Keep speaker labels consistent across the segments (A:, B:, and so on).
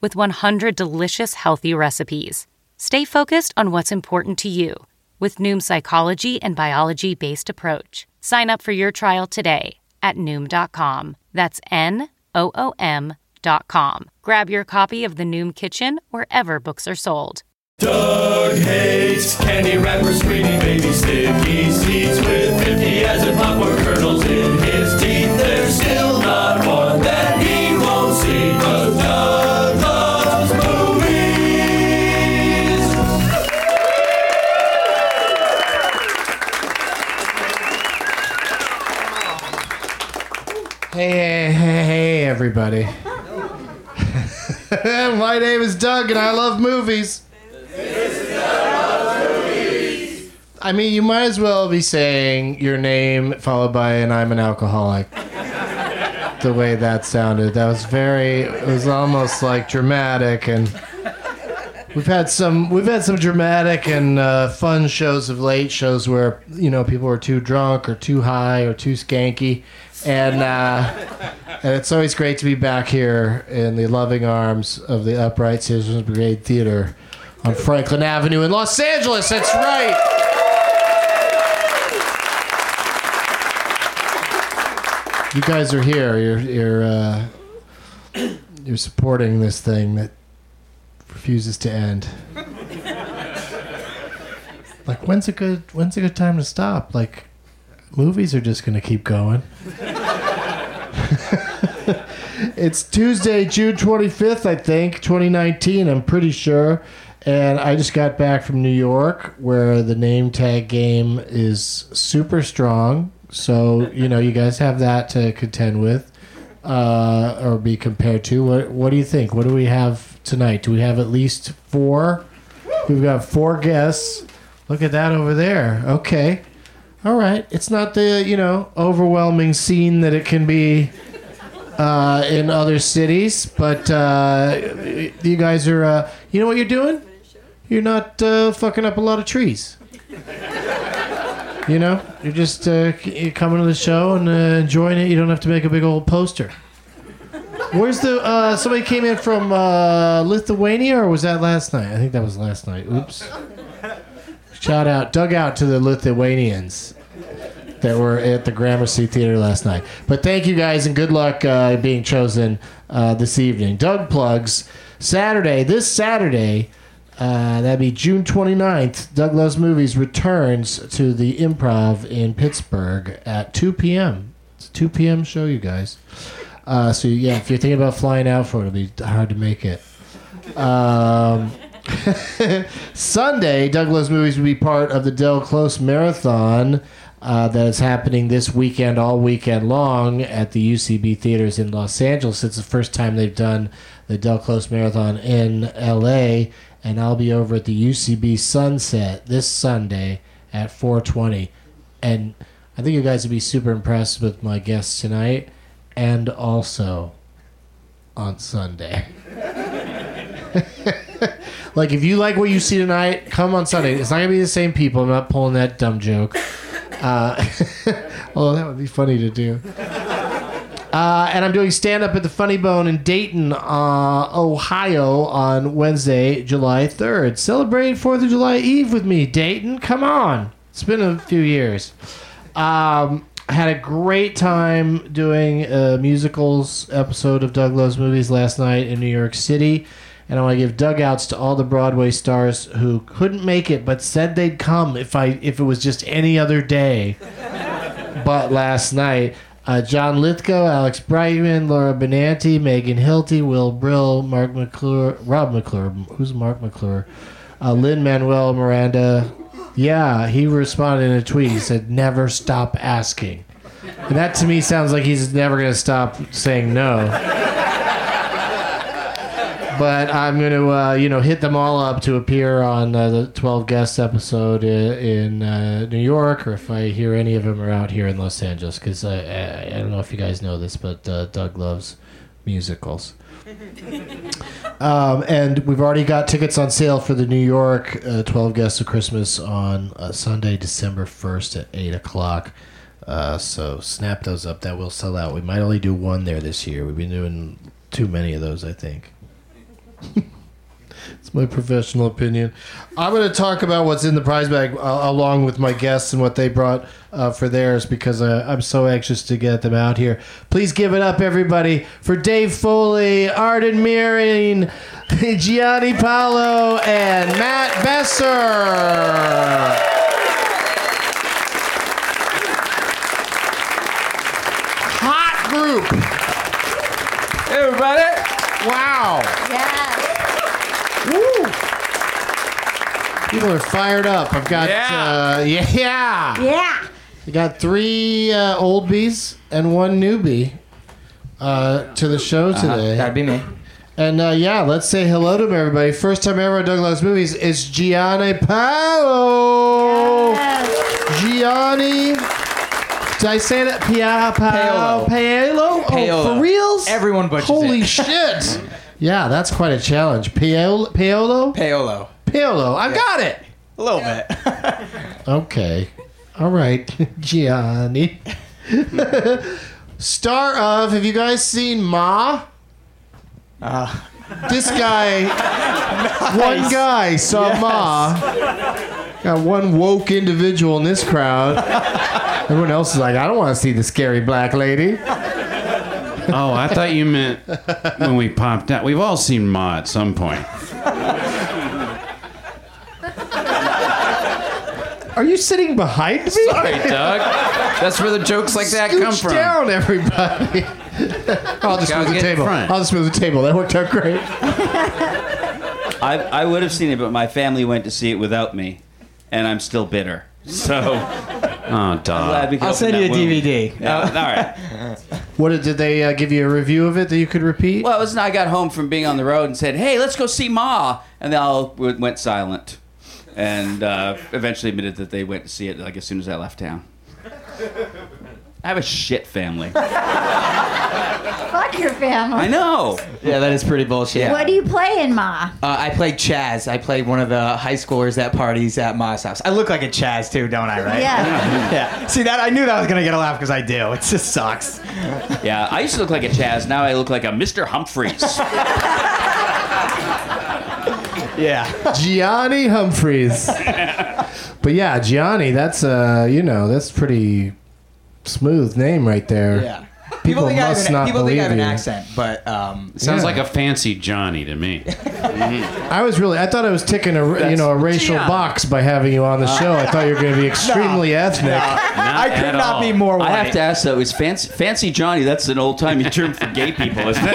A: with 100 delicious, healthy recipes. Stay focused on what's important to you with Noom's psychology and biology based approach. Sign up for your trial today at Noom.com. That's N O O M.com. Grab your copy of The Noom Kitchen wherever books are sold.
B: Doug hates candy wrappers, greedy baby sticky seeds with 50 as a popcorn kernels in his teeth. There's still not one that he won't see. 'cause Doug loves movies.
C: Hey, hey, hey, hey, everybody. My name is Doug and I love movies. I mean, you might as well be saying your name followed by an I'm an alcoholic. the way that sounded. That was very it was almost like dramatic and We've had some we've had some dramatic and uh, fun shows of late shows where you know people are too drunk or too high or too skanky, and uh, and it's always great to be back here in the loving arms of the Upright Citizens Brigade Theater on Franklin Avenue in Los Angeles. That's right. You guys are here. You're you're uh, you're supporting this thing that refuses to end. like when's a good when's a good time to stop? Like movies are just gonna keep going. it's Tuesday, June twenty fifth, I think, twenty nineteen, I'm pretty sure. And I just got back from New York where the name tag game is super strong. So, you know, you guys have that to contend with uh, or be compared to. What What do you think? What do we have tonight? Do we have at least four? We've got four guests. Look at that over there. Okay, all right. It's not the you know overwhelming scene that it can be uh, in other cities, but uh, you guys are. Uh, you know what you're doing? you're not uh, fucking up a lot of trees. You know, you're just uh, c- you're coming to the show and uh, enjoying it. You don't have to make a big old poster. Where's the uh, somebody came in from uh, Lithuania or was that last night? I think that was last night. Oops. Shout out, dug out to the Lithuanians that were at the Gramercy Theater last night. But thank you guys and good luck uh, being chosen uh, this evening. Doug plugs Saturday, this Saturday, uh, that'd be June 29th, Doug Loves Movies returns to the improv in Pittsburgh at 2 p.m. It's a 2 p.m. show, you guys. Uh, so, yeah, if you're thinking about flying out for it, it'll be hard to make it. Sunday, Douglas Movies will be part of the Del Close Marathon uh, that is happening this weekend, all weekend long, at the UCB theaters in Los Angeles. It's the first time they've done the Del Close Marathon in LA, and I'll be over at the UCB Sunset this Sunday at 4:20. And I think you guys will be super impressed with my guests tonight, and also on Sunday. Like, if you like what you see tonight, come on Sunday. It's not gonna be the same people. I'm not pulling that dumb joke. Uh, although that would be funny to do. Uh, and I'm doing stand up at the Funny Bone in Dayton, uh, Ohio, on Wednesday, July 3rd. Celebrate Fourth of July Eve with me, Dayton. Come on, it's been a few years. Um, I had a great time doing a musicals episode of Doug Loves Movies last night in New York City. And I want to give dugouts to all the Broadway stars who couldn't make it but said they'd come if I if it was just any other day. but last night, uh, John Lithgow, Alex Brightman, Laura Benanti, Megan Hilty, Will Brill, Mark McClure, Rob McClure, who's Mark McClure, uh, Lynn Manuel Miranda. Yeah, he responded in a tweet. He said, "Never stop asking." And that to me sounds like he's never going to stop saying no but I'm going to, uh, you know, hit them all up to appear on uh, the 12 guests episode i- in uh, New York, or if I hear any of them are out here in Los Angeles, because I, I, I don't know if you guys know this, but uh, Doug loves musicals. Um, and we've already got tickets on sale for the New York uh, 12 Guests of Christmas on uh, Sunday, December 1st at 8 o'clock. Uh, so snap those up. That will sell out. We might only do one there this year. We've been doing too many of those, I think. It's my professional opinion. I'm going to talk about what's in the prize bag uh, along with my guests and what they brought uh, for theirs because uh, I'm so anxious to get them out here. Please give it up, everybody, for Dave Foley, Arden Meering, Gianni Paolo, and Matt Besser. Hot group.
D: Everybody.
C: Wow.
E: Yeah.
C: Woo! People are fired up. I've got
D: Yeah.
C: uh, yeah, yeah.
E: Yeah.
C: I got three uh, old bees and one newbie uh, to the show today.
D: That'd be me.
C: and uh, yeah, let's say hello to 'em, everybody. First time ever at Douglas Movies. It's Gianni Paolo. Gianni. Did I say that? Pia, Paolo.
D: Paolo.
C: Paolo? Oh,
D: Paolo.
C: for reals?
D: Everyone butchers
C: Holy
D: it.
C: shit. Yeah, that's quite a challenge. Paolo? Paolo?
D: Paolo.
C: Pillow. I've got it.
D: A little bit.
C: Okay. All right, Gianni. Star of, have you guys seen Ma? Uh. This guy, one guy saw Ma. Got one woke individual in this crowd. Everyone else is like, I don't want to see the scary black lady.
F: Oh, I thought you meant when we popped out. We've all seen Ma at some point.
C: Are you sitting behind me?
D: Sorry, Doug. That's where the jokes like that come
C: Scooch
D: from.
C: down, everybody. I'll just
F: Gotta
C: move the
F: get in
C: table.
F: front.
C: I'll just move the table. That worked out great.
G: I, I would have seen it, but my family went to see it without me, and I'm still bitter. So
F: Oh,
G: glad
F: dog.
G: we could
D: I'll
G: open
D: send you
G: that
D: a
G: wound.
D: DVD.
G: Yeah,
D: Uh,
G: all right.
C: What did they uh, give you a review of it that you could repeat?
G: Well, it was, I got home from being on the road and said, "Hey, let's go see Ma," and they all w- went silent, and uh, eventually admitted that they went to see it like as soon as I left town. I have a shit family.
E: Fuck your family.
G: I know.
H: Yeah, that is pretty bullshit.
E: What do you play in Ma?
H: Uh, I played Chaz. I played one of the high schoolers at parties at Ma's house. I look like a Chaz too, don't I? Right?
E: Yeah.
H: Yeah. See that? I knew that was gonna get a laugh because I do. It just sucks.
G: Yeah, I used to look like a Chaz. Now I look like a Mr. Humphreys.
H: Yeah.
C: Gianni Humphreys. but yeah, Gianni, that's uh, you know, that's pretty smooth name right there.
H: Yeah. People,
C: People
H: think I have
C: must
H: an,
C: not
H: people think I have an
C: believe you.
H: accent, but um,
F: Sounds
C: Yeah.
F: like a fancy Johnny to me.
C: I was really I thought I was ticking a you know a racial
H: Gianni. Uh,
C: box by having you on the show. I thought you were going to be extremely ethnic.
H: I could
F: at
H: not
F: all.
H: be more.
G: I
H: white.
G: have to ask though, is fancy, fancy Johnny? That's an old timey term for gay people, isn't it?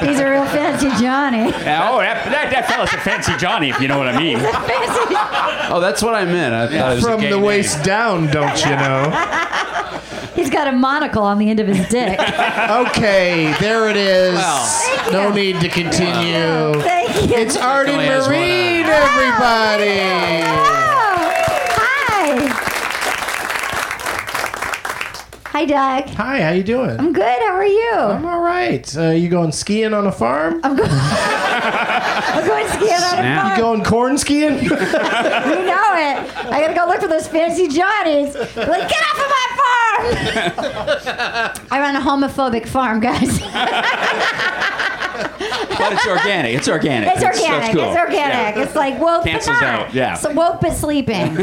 E: He's a real fancy Johnny.
G: Yeah, oh, that, that, that fella's a fancy Johnny, if you know what I mean.
F: Oh, that's what I meant. I thought it was a
C: From
F: gay
C: the
F: name.
C: waist down, don't you know?
E: He's got a monocle on the end of his dick.
C: Okay, there it is.
E: Thank
C: no
E: you.
C: need to continue.
E: Thank you.
C: It's Artie
F: Definitely has one
C: Marine,
E: Wow,
C: everybody.
E: wow. Hi. Hi, Doug.
C: Hi, how you doing?
E: I'm good. How are you?
C: I'm all right. Uh, you going skiing on a farm?
E: I'm going. I'm going skiing on a
F: Snap.
E: farm.
C: You going corn skiing?
E: You know it. I gotta go look for those fancy Johnnies. Like, get off of my farm! I run a homophobic farm, guys.
G: But it's organic. It's organic.
E: It's organic.
G: cool.
E: It's organic. It's like woke
G: Cancels
E: but not.
G: out, yeah.
E: It's woke but sleeping.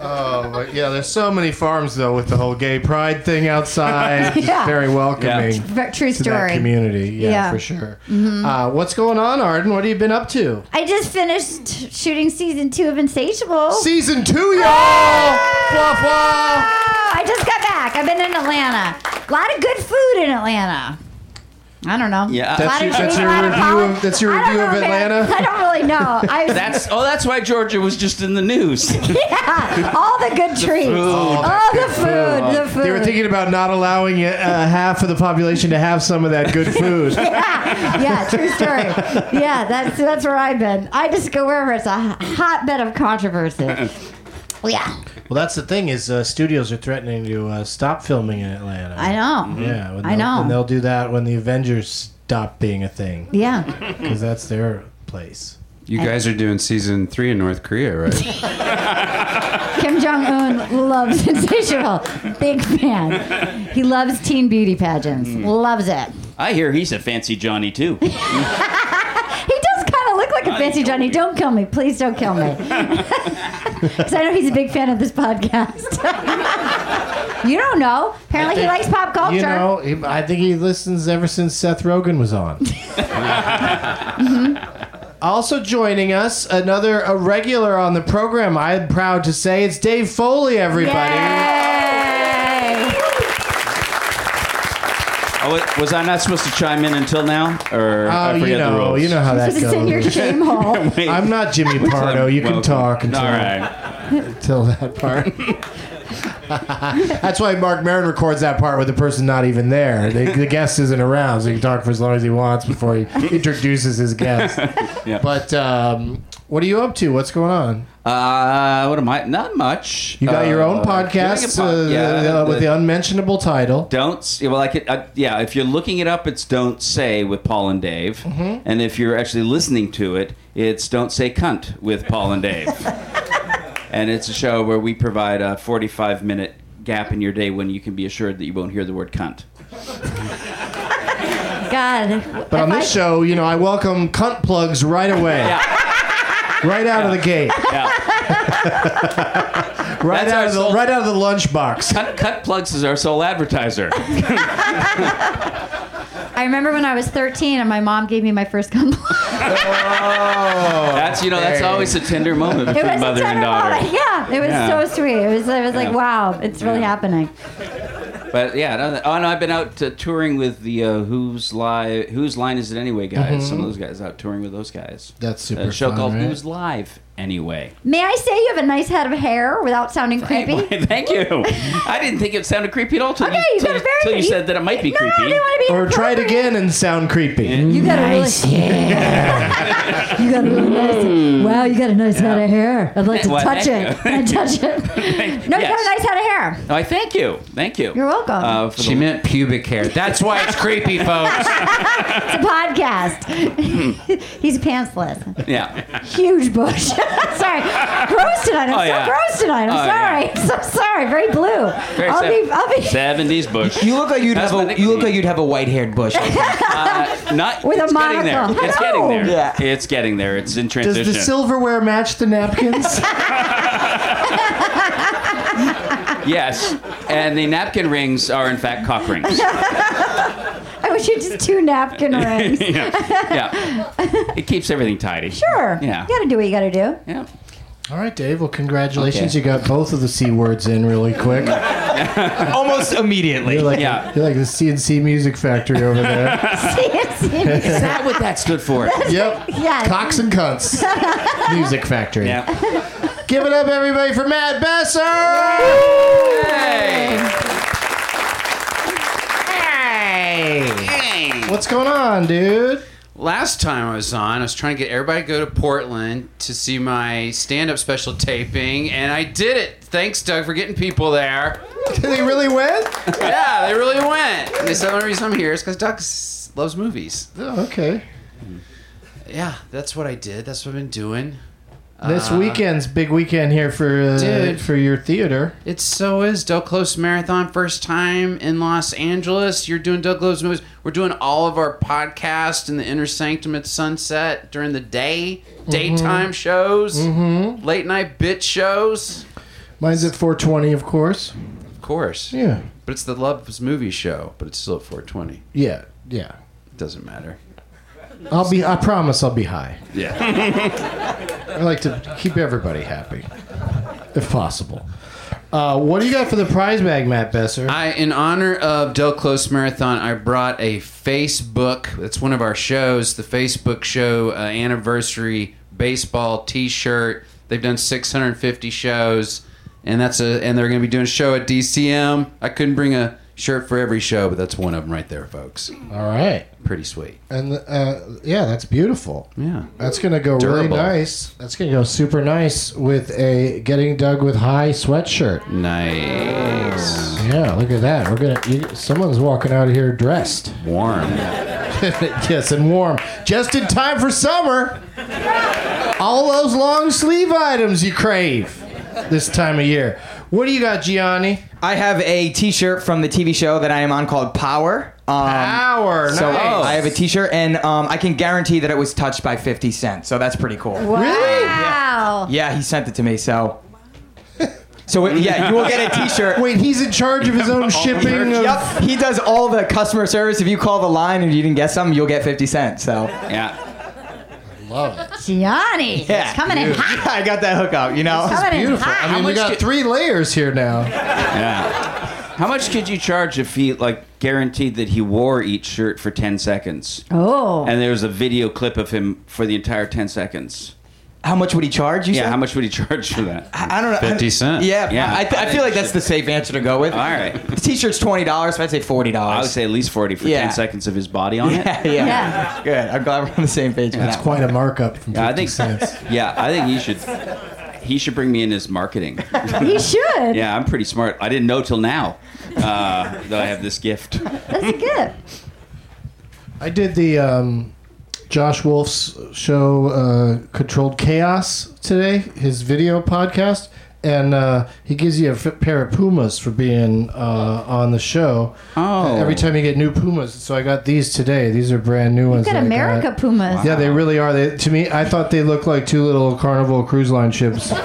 C: Oh, but yeah, there's so many farms though with the whole gay pride thing outside. It's
E: Yeah.
C: very welcoming
E: Ver- True
C: to that
E: story.
C: community. Yeah,
E: Yeah. Mm-hmm.
C: for sure. Uh, what's going on, Arden? What have you been up to?
E: I just finished shooting season two of Insatiable.
C: Season two, y'all. Fluff, fluff.
E: Oh, I just got back. I've been in Atlanta. A lot of good food in Atlanta. I don't know.
G: Yeah,
E: A
G: that's
E: lot
C: your-
E: of
C: that's
E: trees,
C: your
E: a lot
C: review
E: pollen.
C: of- that's your
E: I don't
C: review
E: know,
C: of
E: man.
C: Atlanta?
E: I don't really know. I was,
G: That's oh, that's why Georgia was just in the news.
E: yeah, all the good treats.
G: food.
E: All the food. The food.
C: They were thinking about not allowing uh, half of the population to have some of that good food.
E: yeah, yeah, true story. Yeah, that's that's where I've been. I just go wherever it's a hotbed of controversy. Yeah,
C: Well, that's the thing is uh, studios are threatening to uh, stop filming in Atlanta.
E: I know.
C: Yeah, when
E: I
C: they'll-
E: know.
C: And they'll do that when the Avengers stop being a thing
E: Yeah.
C: because that's their place.
F: You guys are doing season three in North Korea, right?
E: Kim Jong Un loves Sensational. Big fan. He loves teen beauty pageants.
C: Mm.
E: Loves it.
G: I hear he's a fancy Johnny too. Oh,
E: He does kind of look like a fancy Johnny. Don't kill me. Please don't kill me. Because I know he's a big fan of this podcast. you don't know. Apparently, he likes pop culture.
C: You know, he- I think he listens ever since Seth Rogen was on.
E: Mm-hmm.
C: Also joining us, another a regular on the program. I'm proud to say it's Dave Foley, everybody.
E: Yay!
G: Oh, wait, was I not supposed to chime in until now, or I
C: Oh,
G: forget
C: you
G: the
C: know,
G: rules?
C: you know how that
E: This is in your
C: goes.
E: shame hole.
G: Wait,
C: I'm not Jimmy Pardo. You can
G: welcome.
C: talk until,
G: All right.
C: until that part. That's why Mark Maron records that part with the person not even there. The, the guest isn't around, so he can talk for as long as he wants before he introduces his guest.
G: Yeah.
C: But um, what are you up to? What's going on?
G: Uh, what am I? Not much.
C: You got your
G: Uh,
C: own
G: doing a
C: podcast
G: pod-
C: uh, uh, with the unmentionable title.
G: Don't say, well, I could, I, yeah, if you're looking it up, it's Don't Say with Paul and Dave.
E: Mm-hmm.
G: And if you're actually listening to it, it's Don't Say Cunt with Paul and Dave. and it's a show where we provide a 45 minute gap in your day when you can be assured that you won't hear the word cunt.
E: God.
C: But on this show, you know, I welcome cunt plugs right away. Right out of the gate. right out
G: That's our
C: of the
G: sole-
C: right out of the lunchbox.
G: Cunt, cunt plugs is our sole advertiser.
E: I remember when I was 13 and my mom gave me my first gun.
G: That's, you know, that's
C: Okay.
G: always a tender moment
E: It
G: between
E: was
G: mother
E: a
G: and
E: tender
G: daughter.
E: moment. Yeah, it was
G: Yeah.
E: so sweet. It was, it was like,
G: Yeah.
E: wow, it's really
G: Yeah.
E: happening.
G: But yeah, no, oh no, I've been out uh, touring with the uh, Who's Mm-hmm. Live, Whose Line Is It Anyway guys. Some of those guys out touring with those guys.
F: Uh,
C: That's super
G: A show
C: fun,
G: called
C: right?
G: Who's Live
F: anyway.
E: May I say you have a nice head of hair without sounding creepy?
F: Thank you. I didn't think it sounded creepy at all till
E: Okay,
F: you,
E: you
F: till
E: got a
F: you-
E: very-
F: till you
E: you-
F: said that it might be
E: No, I
F: creepy.
E: didn't want to be.
C: Or try it again and sound creepy.
E: You got a really, you got a really nice. Wow, you got a nice head of hair. I'd like to
F: Hmm. Well,
E: touch
F: thank
E: it.
F: you.
E: Can I touch it? No, you got a
F: Yes.
E: nice head of hair.
F: Oh, I thank you. Thank you.
E: You're welcome.
F: Uh, for
G: She
F: the-
G: meant pubic hair. That's why it's creepy, folks.
E: It's a podcast. He's pantsless.
F: yeah.
E: Huge bush. sorry. Gross tonight. I'm
F: Oh,
E: so
F: yeah.
E: gross tonight. I'm
F: Oh,
E: sorry. I'm so sorry. Very blue.
F: Very
E: I'll
F: sad-
E: be. I'll be.
F: 70s bush.
H: You look like you'd
F: That's
H: have
F: my
H: a you look
F: nickname.
H: like you'd have a white haired bush.
F: Uh, Not
E: With a
F: it's getting there.
E: monocle.
F: It's
E: I
F: getting
E: know.
F: there.
H: Yeah.
F: It's getting there. It's in
C: Does
F: transition.
C: the silverware match the napkins?
F: yes. And the napkin rings are in fact cock rings.
E: I wish you just two napkin rings.
F: yeah. Yeah. It keeps everything tidy.
E: Sure.
F: Yeah.
E: You got to do what you got to do.
F: Yeah.
C: All right, Dave. Well, congratulations.
F: Okay.
C: You got both of the C words in really quick.
H: Almost immediately.
C: You're like,
F: Yeah.
C: you're like the CNC Music Factory over there.
E: Is that what
F: That's good for it.
C: yep.
E: Yeah.
C: Cox and Cunts Music Factory.
F: Yeah.
C: Give it up, everybody, for Matt Besser! What's going on, dude?
G: Last time I was on, I was trying to get everybody to go to Portland to see my stand up special taping, and I did it. Thanks, Doug, for getting people there.
C: Did he really win?
G: Yeah, they really went. And they said the only reason I'm here is because Doug s- loves movies.
C: Oh, okay.
G: Yeah, that's what I did. That's what I've been doing.
C: This weekend's big weekend here for uh,
G: Dude.
C: for your theater.
G: It so is. Doug Close Marathon, first time in Los Angeles. You're doing Doug Close movies. We're doing all of our podcasts in the Inner Sanctum at sunset during the day, daytime shows, late night bitch shows.
C: Mine's at 420, of course.
G: Of course.
C: Yeah.
G: But it's the Love's Movie Show, but it's still at 420.
C: Yeah. Yeah.
G: It doesn't matter.
C: I'll be. I promise I'll be high.
G: Yeah.
C: I like to keep everybody happy, if possible. Uh, what do you got for the prize bag, Matt Besser?
G: I, in honor of Del Close Marathon, I brought a Facebook. That's one of our shows, the Facebook show uh, anniversary baseball T-shirt. They've done 650 shows, and that's a and they're going to be doing a show at DCM. I couldn't bring a shirt for every show, but that's one of them right there, folks.
C: All right.
G: Pretty sweet.
C: And uh, yeah, that's beautiful.
G: Yeah.
C: That's gonna go really
G: Durable.
C: nice. That's gonna go super nice with a getting dug with high sweatshirt.
G: Nice.
C: Yeah, look at that. We're gonna. You, someone's walking out of here dressed.
G: Warm.
C: yes, and warm, just in time for summer. All those long sleeve items you crave this time of year. What do you got, Gianni?
H: I have a T-shirt from the TV show that I am on called Power. Um,
C: Power,
H: So
C: nice.
H: I have a T-shirt, and um, I can guarantee that it was touched by Fifty Cent. So that's pretty cool.
E: Wow.
H: Yeah, he sent it to me. So, so it- yeah, you will get a T-shirt.
C: Wait, he's in charge of his own shipping. Of,
H: Yep, he does all the customer service. If you call the line and you didn't get something, you'll get 50 cents. So,
F: Yeah.
E: Gianni.
H: yeah.
E: It's coming in
H: Yeah,
E: hot.
H: I got that hookup, you know?
E: Coming in
C: Beautiful.
E: hot.
C: I mean, we
F: much
C: got
F: do-
C: three layers here now.
F: Yeah. How much could you charge if he like guaranteed that he wore each shirt for 10 seconds?
E: Oh.
F: And there was a video clip of him for the entire 10 seconds.
H: How much would he charge you?
F: Yeah,
H: said?
F: how much would he charge for that?
H: I don't know.
I: 50 cent.
H: Yeah,
F: Yeah.
H: I, th- I feel like that's the safe answer to go with.
F: All right.
H: The t-shirt's twenty dollars. So I'd say forty dollars.
F: I would say at least 40 for
H: Yeah.
F: 10 seconds of his body on it.
H: Yeah, yeah.
E: Yeah.
H: Good. I'm glad we're on the same page. with
C: That's
H: that
C: quite a markup from 50
F: Yeah, I think
C: cents.
F: Yeah, I think he should he should bring me in as marketing.
E: He should.
F: Yeah, I'm pretty smart. I didn't know till now uh, that I have this gift.
E: That's good.
C: I did the um, Josh Wolf's show, uh, Controlled Chaos, today, his video podcast. And uh, he gives you a f- pair of Pumas for being uh, on the show.
F: Oh.
C: Every time you get new Pumas. So I got these today. These are brand new ones.
E: Look at
C: that I
E: America
C: got.
E: Pumas.
C: Yeah, they really are. They, to me, I thought they looked like two little Carnival Cruise Line ships.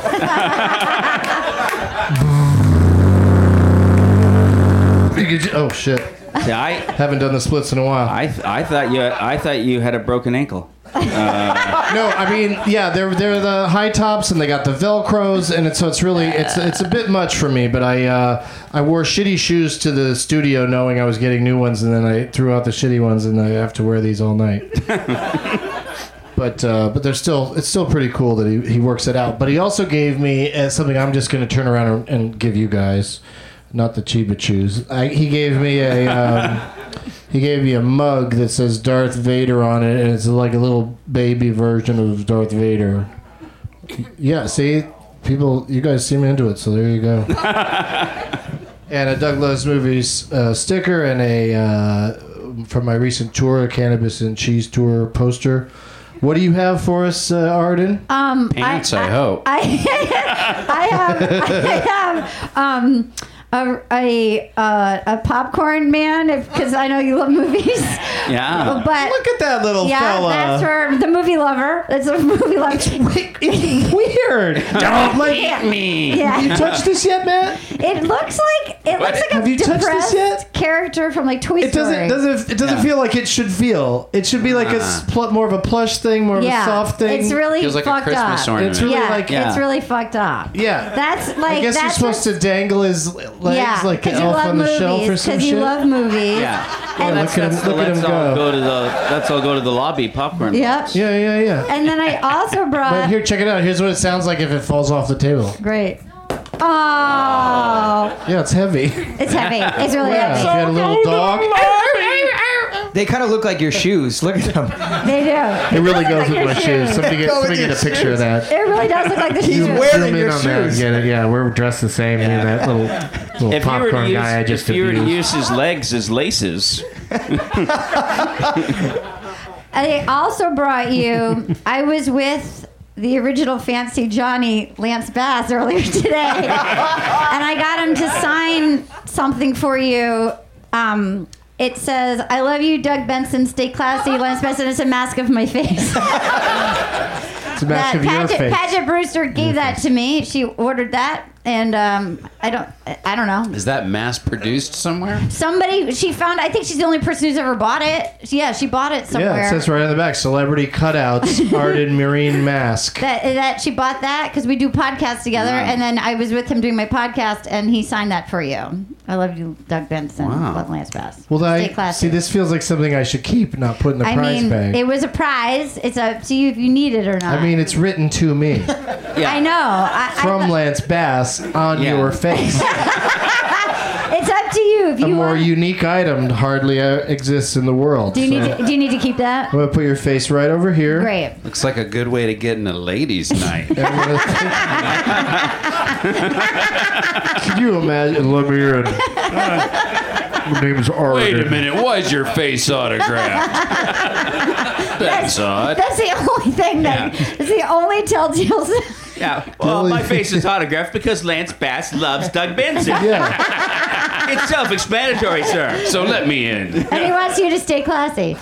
C: You could ju- oh shit!
F: See, I
C: Haven't done the splits in a while.
F: I, th- I thought you I thought you had a broken ankle.
C: No, I mean, yeah, they're they're the high tops and they got the velcros and it's so it's really it's it's a bit much for me. But I uh, I wore shitty shoes to the studio knowing I was getting new ones and then I threw out the shitty ones and I have to wear these all night. but uh, but there's still it's still pretty cool that he, he works it out. But he also gave me uh, something I'm just going to turn around and, and give you guys, not the Chiba Chews. I, he gave me a um, he gave me a mug that says Darth Vader on it, and it's like a little baby version of Darth Vader. Yeah, see, people, you guys seem into it, so there you go. and a Douglas Movies uh, sticker and a uh, from my recent tour, a cannabis and cheese tour poster. What do you have for us, uh, Arden?
E: Um,
D: Pants, I hope.
E: I, I have, I have um, a, a, uh, a popcorn man because I know you love movies.
G: Yeah.
E: But
H: Look at that little
E: yeah,
H: fella.
E: that's her, the movie lover. That's a movie lover.
H: It's weird. Don't like me.
E: yeah.
C: you touched this yet, Matt?
E: It looks like it looks like
C: Have
E: a
C: you touched
E: depressed
C: this yet?
E: character from like Toy
C: It
E: Story.
C: doesn't doesn't it doesn't feel like it should feel. It should be like a s- pl- more of a plush thing, more of
E: yeah,
C: a soft thing.
E: It's really
D: Feels like a
E: fucked
D: Christmas
E: up.
D: ornament.
C: It's really
E: yeah,
C: like-
E: it's
G: Yeah.
E: really fucked up.
C: yeah.
E: That's like
C: I guess
E: that's
C: you're supposed to dangle his legs like an
E: because you
C: elf
E: love
C: on the
E: movies,
C: shelf or some
E: 'cause
C: shit.
E: you love movies.
G: Yeah.
E: And,
C: Look at him,
G: So
C: look at
G: let's
C: him go.
G: all go to the let's all go to the lobby popcorn.
E: Yep.
C: Yeah, yeah, yeah.
E: And then I also
C: But
E: brought
C: here, check it out. Here's what it sounds like if it falls off the table.
E: great. Oh,
C: Yeah, it's heavy.
E: it's heavy. It's really
C: Yeah, if you had a little dog.
E: heavy.
H: They kind of look like your shoes. Look at them.
E: They do.
C: It really goes
E: like
C: with
E: your
C: my shoes.
E: shoes.
C: Somebody get,
H: Go with
C: somebody get
H: your
C: a picture of that.
E: It really does look like the shoes.
C: Zoom-
H: wearing
C: zoom in
H: your
C: on that and
H: shoes.
C: Get it? Yeah, we're dressed the same. Me and that little, little
G: If you, were
C: popcorn
G: to use,
C: guy I just
G: if you were to
C: abused.
G: use his legs as laces,
E: I also brought you. I was with the original Fancy Johnny Lance Bass earlier today, and I got him to sign something for you. Um, it says, "I love you, Doug Benson. Stay classy, Lance Benson." It's a mask of my face.
C: It's a mask
E: That
C: of your
E: Paget,
C: face.
E: Paget Brewster gave that to me. She ordered that, and um, I don't, I don't know.
D: Is that mass produced somewhere?
E: Somebody she found. I think she's the only person who's ever bought it. Yeah, she bought it somewhere.
C: Yeah, it says right on the back, celebrity cutouts, Arden Marine mask.
E: that that she bought that because we do podcasts together, and then I was with him doing my podcast, and he signed that for you. I love you, Doug Benson. Love Lance Bass.
C: Well,
E: Stay
C: I
E: classy.
C: see. This feels like something I should keep, not put in the
E: I
C: prize
E: mean,
C: bag.
E: it was a prize. It's up to you if you need it or not.
C: I mean, it's written to me
E: I know. I, I-
C: from Lance Bass on
G: Yeah.
C: your face.
E: it's up to you if
C: A
E: you
C: more
E: want.
C: unique item hardly uh, exists in the world.
E: do you
C: so
E: need to, Do you need to keep that?
C: I'm gonna put your face right over here.
E: Great.
D: Looks like a good way to get in a ladies' night.
C: And I'm gonna- Can you imagine? Let me in. My name's Arden.
D: Wait a minute, was your face autographed? That's odd.
E: That's the only thing that.
G: Yeah.
E: It's the only telltale. sign.
G: yeah. Well,
C: Totally.
G: my face is autographed because Lance Bass loves Doug Benson.
C: Yeah.
G: It's self-explanatory, sir.
D: So let me in.
E: and he wants you to stay classy.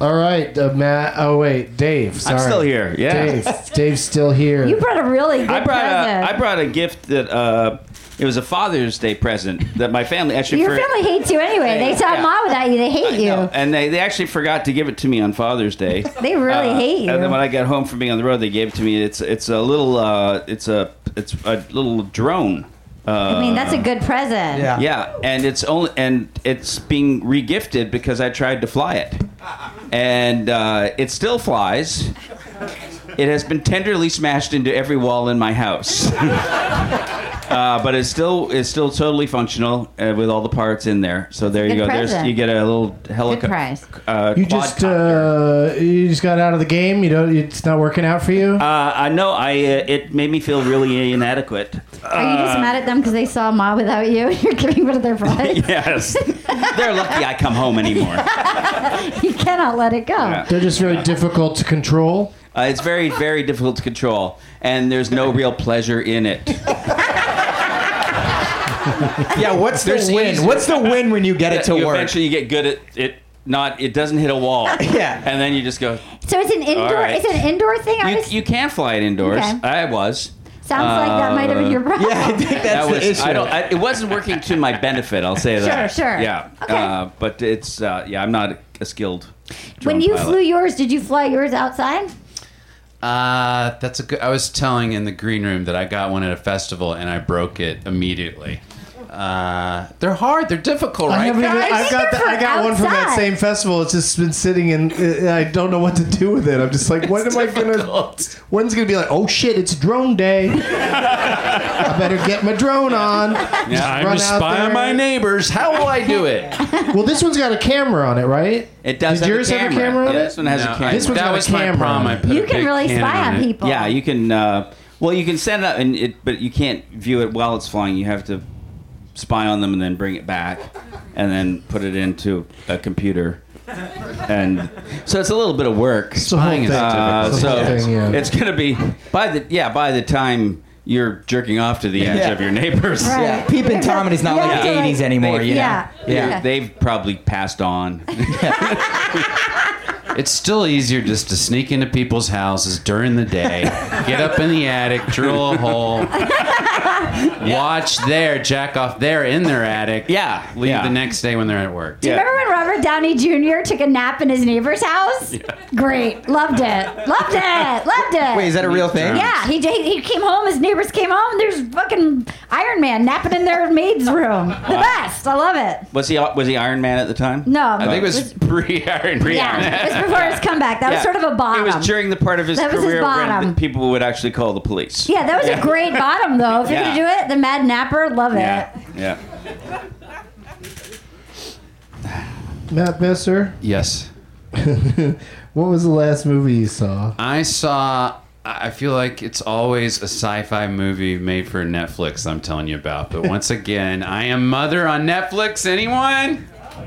C: All right, uh, Matt. Oh wait, Dave. Sorry.
G: I'm still here. Yeah.
C: Dave. Dave's still here.
E: You brought a really good
G: I brought
E: present.
G: a I brought a gift that uh, it was a Father's Day present that my family actually
E: Your
G: for-
E: family hates you anyway. They saw
G: Yeah.
E: mom without you. They hate you.
G: No, and they, they actually forgot to give it to me on Father's Day.
E: They really
G: Uh,
E: hate you.
G: And then when I got home from being on the road, they gave it to me. It's it's a little uh, it's a it's a little drone. Uh,
E: I mean, that's a good present.
H: Yeah.
G: yeah, and it's only and it's being regifted because I tried to fly it, and uh, it still flies. It has been tenderly smashed into every wall in my house, uh, but it's still it's still totally functional uh, with all the parts in there. So there you go.
E: Good
G: There's
E: present.
G: you get a little
E: Good price.
G: helicopter. Uh,
C: You
G: quad
C: just
G: copter.
C: uh, you just got out of the game. You don't. It's not working out for you.
G: Uh, I know. I uh, it made me feel really inadequate.
E: Are you
G: Uh,
E: just mad at them because they saw mom without you? You're giving rid of their prize.
G: Yes, they're lucky I come home anymore. Uh,
E: You cannot let it go.
C: They're just very difficult to control.
G: Uh, it's very very difficult to control, and there's no real pleasure in it.
H: Yeah, what's the
G: There's
H: win?
G: easy-
H: What's the win when you get it to
G: you
H: work?
G: Eventually, you get good at it. Not it doesn't hit a wall.
H: Yeah.
G: and then you just go.
E: So it's an indoor.
G: right.
E: It's an indoor thing. I
G: You,
E: was,
G: you can fly it indoors.
E: Okay.
G: I was.
E: sounds like that might have been
G: uh,
E: your problem.
H: yeah, I think that's
G: that was.
H: the issue.
G: I don't. I, it wasn't working to my benefit. I'll say that.
E: Sure, sure.
G: Yeah.
E: Okay.
G: Uh, but it's. Uh, yeah. I'm not a skilled.
E: when
G: drone
E: you
G: pilot.
E: flew yours, did you fly yours outside?
D: Uh, that's a good. I was telling in the green room that I got one at a festival and I broke it immediately. Uh, they're hard. They're difficult,
C: I
D: right,
C: haven't even,
D: guys?
C: I've got, the, I got one from that
E: Outside.
C: same festival. It's just been sitting and uh, I don't know what to do with it. I'm just like, when am I gonna?
D: Difficult.
C: When's gonna be like? Oh shit! It's drone day. I better get my drone on.
F: Time
C: run
F: to
C: out
F: spy on
C: there.
F: my
D: Neighbors, how will I do it?
C: Well, this one's got a camera on it, right?
G: It does
C: Did
G: have
C: yours
G: a
C: have a
G: camera.
C: camera on
G: Yeah,
C: it?
G: This one has
D: No,
G: a camera.
C: This one's
F: that
C: got a
F: was my
C: camera
F: prom.
C: on
F: I
C: it.
F: put a
E: You can
F: big
E: really
F: cannon
E: spy on
F: it.
E: people.
G: Yeah, you can. Uh, well, you can set it up, and it, but you can't view it while it's flying. You have to spy on them and then bring it back, and then put it into a computer. And so it's a little bit of work.
C: It's a whole thing.
G: Uh,
C: It's a
G: so
C: whole thing, yeah.
G: it's gonna be by the yeah by the time you're jerking off to the edge
H: Yeah.
G: of your neighbors.
E: Right.
H: Yeah, peeping Tom and it's not
E: Yeah,
H: like the
E: yeah.
H: 80s anymore. you know?
E: Yeah.
H: Yeah.
G: They're- They've probably passed on.
F: It's still easier just to sneak into people's houses during the day, get up in the attic, drill a hole, watch there, jack off there in their attic.
G: Yeah,
F: Leave
G: yeah.
F: the next day when they're at work.
G: Yeah.
E: Remember when Robert Downey Jr. took a nap in his neighbor's house? Great. Loved it. Loved it. Loved it.
H: Wait, is that a real thing?
E: Yeah, he, he he came home. His neighbors came home. There's fucking Iron Man napping in their maid's room. The best. I love it.
G: Was he was he Iron Man at the time?
E: No,
D: I think it was pre Iron Man.
E: yeah. It was before his comeback. That was
G: Yeah.
E: sort of a bottom.
G: It was during the part of his
E: That was his
G: career when
E: bottom.
G: the people would actually call the police.
E: yeah, that was a great bottom though. If you're
G: Yeah.
E: gonna do it, the Mad Napper, love
G: Yeah.
E: it.
G: Yeah.
C: Matt Besser,
F: Yes.
C: what was the last movie you saw?
F: I saw. I feel like it's always a sci-fi movie made for Netflix. I'm telling you about, but once again, I am Mother on Netflix. Anyone?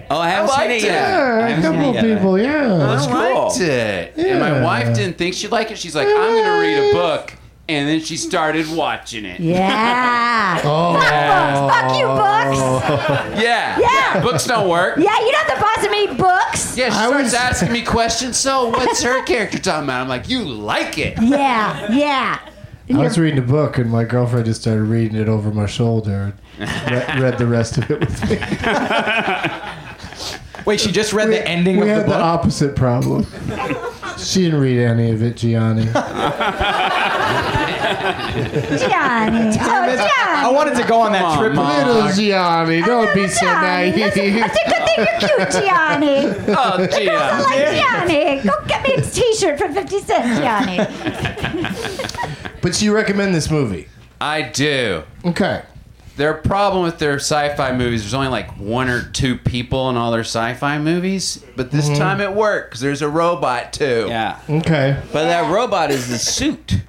G: Oh, I haven't seen
F: liked it.
G: it yet. I
C: Yeah, a
G: haven't seen
C: couple
G: it yet.
C: people, yeah.
G: That's
F: I
G: cool.
F: liked it. And my
C: Yeah.
F: wife didn't think she'd like it. She's like, I'm going to read a book. And then she started watching it.
E: Yeah.
C: Oh.
E: Fuck books. Fuck you, books.
F: Yeah.
E: Yeah.
F: Books don't work.
E: Yeah, you don't have the boss of me books.
F: Yeah, she
C: I
F: starts
C: was-
F: asking me questions. So, what's her character talking about? I'm like, you like it.
E: Yeah. Yeah.
C: I was reading a book and my girlfriend just started reading it over my shoulder. and Read, read the rest of it with me.
H: Wait, she just read the ending
C: We
H: of the
C: had the,
H: book.
C: opposite problem. she didn't read any of it, Gianni.
E: Gianni. Oh,
H: I
E: Gianni.
H: wanted to go on that trip.
C: Little Gianni, don't be so
E: Gianni.
C: naive.
E: That's, that's a good thing you're cute, Gianni.
F: Oh, gee.
E: I like Gianni. Go get me a T-shirt for fifty cents, Gianni.
C: But you recommend this movie.
F: I do.
C: Okay.
F: Their problem with their sci-fi movies, there's only like one or two people in all their sci-fi movies. But
E: Mm-hmm.
F: this time it worked because there's a robot too.
G: Yeah.
C: Okay.
G: But that robot is the suit.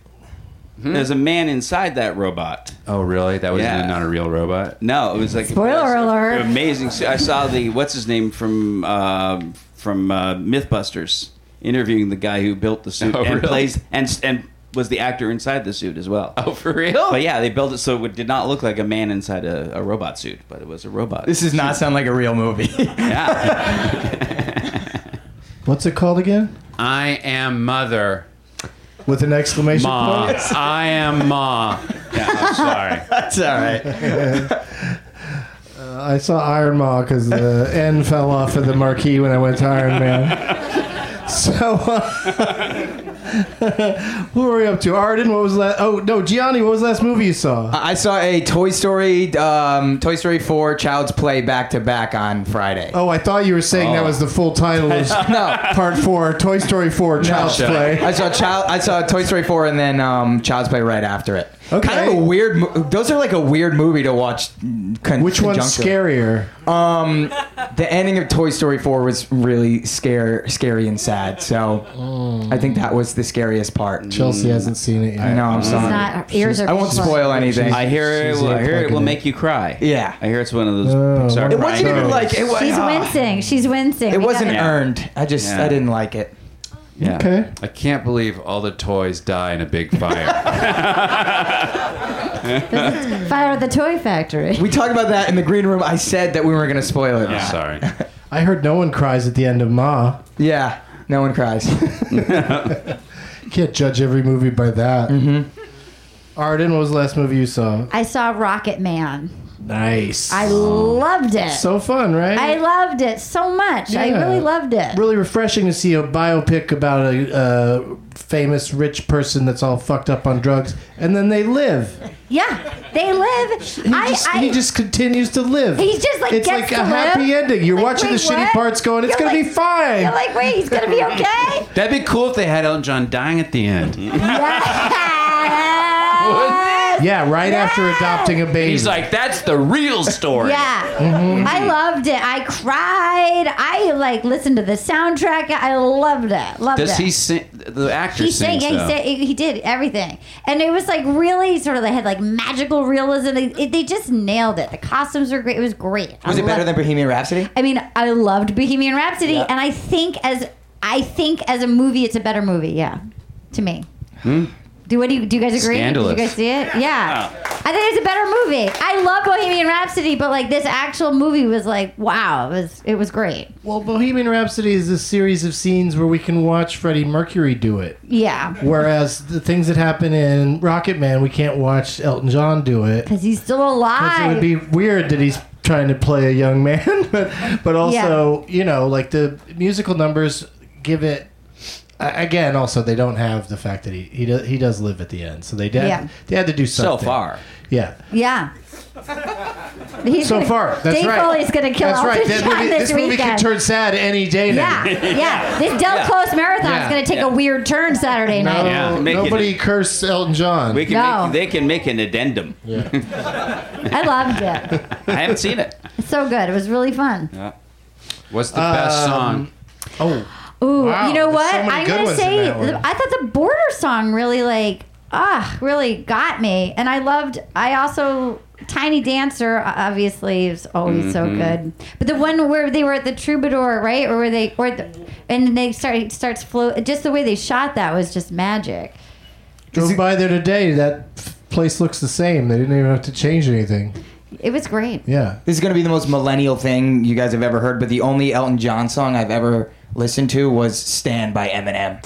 G: There's a man inside that robot.
F: Oh, really? That was
G: Yeah.
F: not a real robot?
G: No, it was like
E: Spoiler
G: it was
E: alert.
G: Amazing. suit. I saw the what's his name from um from uh, MythBusters interviewing the guy who built the suit
F: Oh,
G: and
F: really?
G: plays and and was the actor inside the suit as well.
F: Oh, for real?
G: But yeah, they built it so it did not look like a man inside a, a robot suit, but it was a robot.
H: This does not sound like a real movie.
G: yeah.
C: What's it called again?
F: I am mother.
C: With an exclamation
F: Ma.
C: point?
F: I am ma. Yeah, I'm sorry.
H: That's all right.
C: I saw Iron Maw because the N fell off of the marquee when I went to Iron Man. So, uh, what were we up to? Arden, what was that? Oh, no, Gianni, what was the last movie you saw?
H: I saw a Toy Story, um, Toy Story 4, Child's Play back to back on Friday.
C: oh, I thought you were saying that was the full title of
H: Oh. No,
C: part four Toy Story 4 Child's
F: shut up.
C: Play.
H: I saw Child. I saw Toy Story four, and then um, Child's Play right after it.
C: Okay.
H: Kind of a weird. Mo- those are like a weird movie to watch. Con-
C: Which one's
H: conjunctive.
C: scarier?
H: Um, the ending of Toy Story four was really scare, scary and sad. So
E: Mm.
H: I think that was the scariest part.
C: Chelsea hasn't seen it yet.
H: I know. I'm sorry.
E: Not, her ears are.
H: I won't spoil anything.
G: I hear it.
C: She's
G: Will, I hear it
C: plugging
G: will
C: in.
G: make you cry.
H: Yeah.
G: I hear it's one of those.
C: Oh,
G: Pixar
C: what-
H: it wasn't
G: crying
H: even
G: movies.
H: like it was.
E: She's wincing. She's wincing.
H: It
E: We
H: wasn't
E: gotta-
G: Yeah.
H: earned. I just
G: Yeah.
H: I didn't like it.
G: Yeah.
C: Okay.
F: I can't believe all the toys die in a big fire.
E: Fire at the toy factory.
H: We talked about that in the green room. I said that we weren't going to spoil it.
F: I'm sorry.
C: I heard no one cries at the end of Ma.
H: Yeah. No one cries.
C: You can't judge every movie by that. Mm-hmm. Arden, what was the last movie you saw?
E: I saw Rocket Man
C: Nice.
E: I loved it.
C: so fun, right?
E: I loved it so much. I
C: Yeah.
E: really loved it.
C: really refreshing to see a biopic about a uh, famous rich person that's all fucked up on drugs, and then they live.
E: Yeah, they live.
C: He,
E: I,
C: just,
E: I,
C: he just continues to live.
E: He just, like,
C: it's
E: gets
C: like
E: to
C: a happy
E: live.
C: ending. You're
E: Like,
C: watching
E: wait,
C: the shitty
E: what?
C: parts, going, "It's
E: You're
C: gonna be
E: like-
C: fine."
E: You're like, wait, he's gonna be okay.
F: That'd be cool if they had Elton John dying at the end.
E: Yes.
C: yeah, right after
E: Yes!
C: adopting a baby.
F: He's like, that's the real story.
E: Yeah,
F: Mm-hmm.
E: I loved it. I cried. I like listened to the soundtrack. I loved it. Loved it.
F: Does he sing? The actor
E: he sang,
F: sings
E: yeah, he,
F: though.
E: sang, he did everything, and it was like really sort of they had like magical realism. They, it, they just nailed it. The costumes were great. It was great. I
H: Was it better
E: loved-
H: than Bohemian Rhapsody?
E: I mean, I loved Bohemian Rhapsody, and I think as I think as a movie, it's a better movie. Yeah, to me. Do what do you do? You guys agree?
F: Scandalous.
E: Did you guys see it? Yeah. I think it's a better movie. I love Bohemian Rhapsody, but like this actual movie was like, wow, it was it was great.
C: well, Bohemian Rhapsody is a series of scenes where we can watch Freddie Mercury do it.
E: Yeah,
C: Whereas the things that happen in Rocket Man, we can't watch Elton John do it.
E: because he's still
C: Because it
E: alive.
C: would be weird that he's trying to play a young man, but but also you know like the musical numbers give it. a- Again, also they don't have the fact that he he, do, he does live at the end, so they did
E: Yeah.
C: they had to do
G: So
C: something.
G: far.
C: yeah.
E: yeah. He's
C: So
E: gonna-
C: far, that's
E: Dave
C: right.
E: Foley's gonna kill
C: That's
E: Elton
C: right. That
E: John
C: movie,
E: this,
C: this movie can
E: weekend.
C: turn sad any day now.
E: yeah, yeah. This Del Close marathon
C: Yeah.
E: is gonna take a weird turn Saturday
C: No,
E: night.
G: Yeah. Make it-
C: nobody curse Elton John.
G: We can
E: No.
G: make, they can make an addendum.
E: I loved it.
G: I haven't seen it.
E: It's so good. It was really fun.
F: What's the best song?
C: oh,
E: Ooh,
C: Wow,
E: you know
C: there's
E: what?
C: so many
E: I'm
C: good
E: gonna
C: ones in
E: say
C: that one.
E: th- I thought the border song really like ah really got me, and I loved. I also Tiny Dancer o- obviously is always
F: Mm-hmm.
E: so good, but the one where they were at the Troubadour, right, or where they or the, and they start it starts flow. Just the way they shot that was just magic.
C: drove by there today. That f- place looks the same. They didn't even have to change anything.
E: It was great.
C: Yeah.
H: This is going to be the most millennial thing you guys have ever heard, but the only Elton John song I've ever listened to was Stand by Eminem.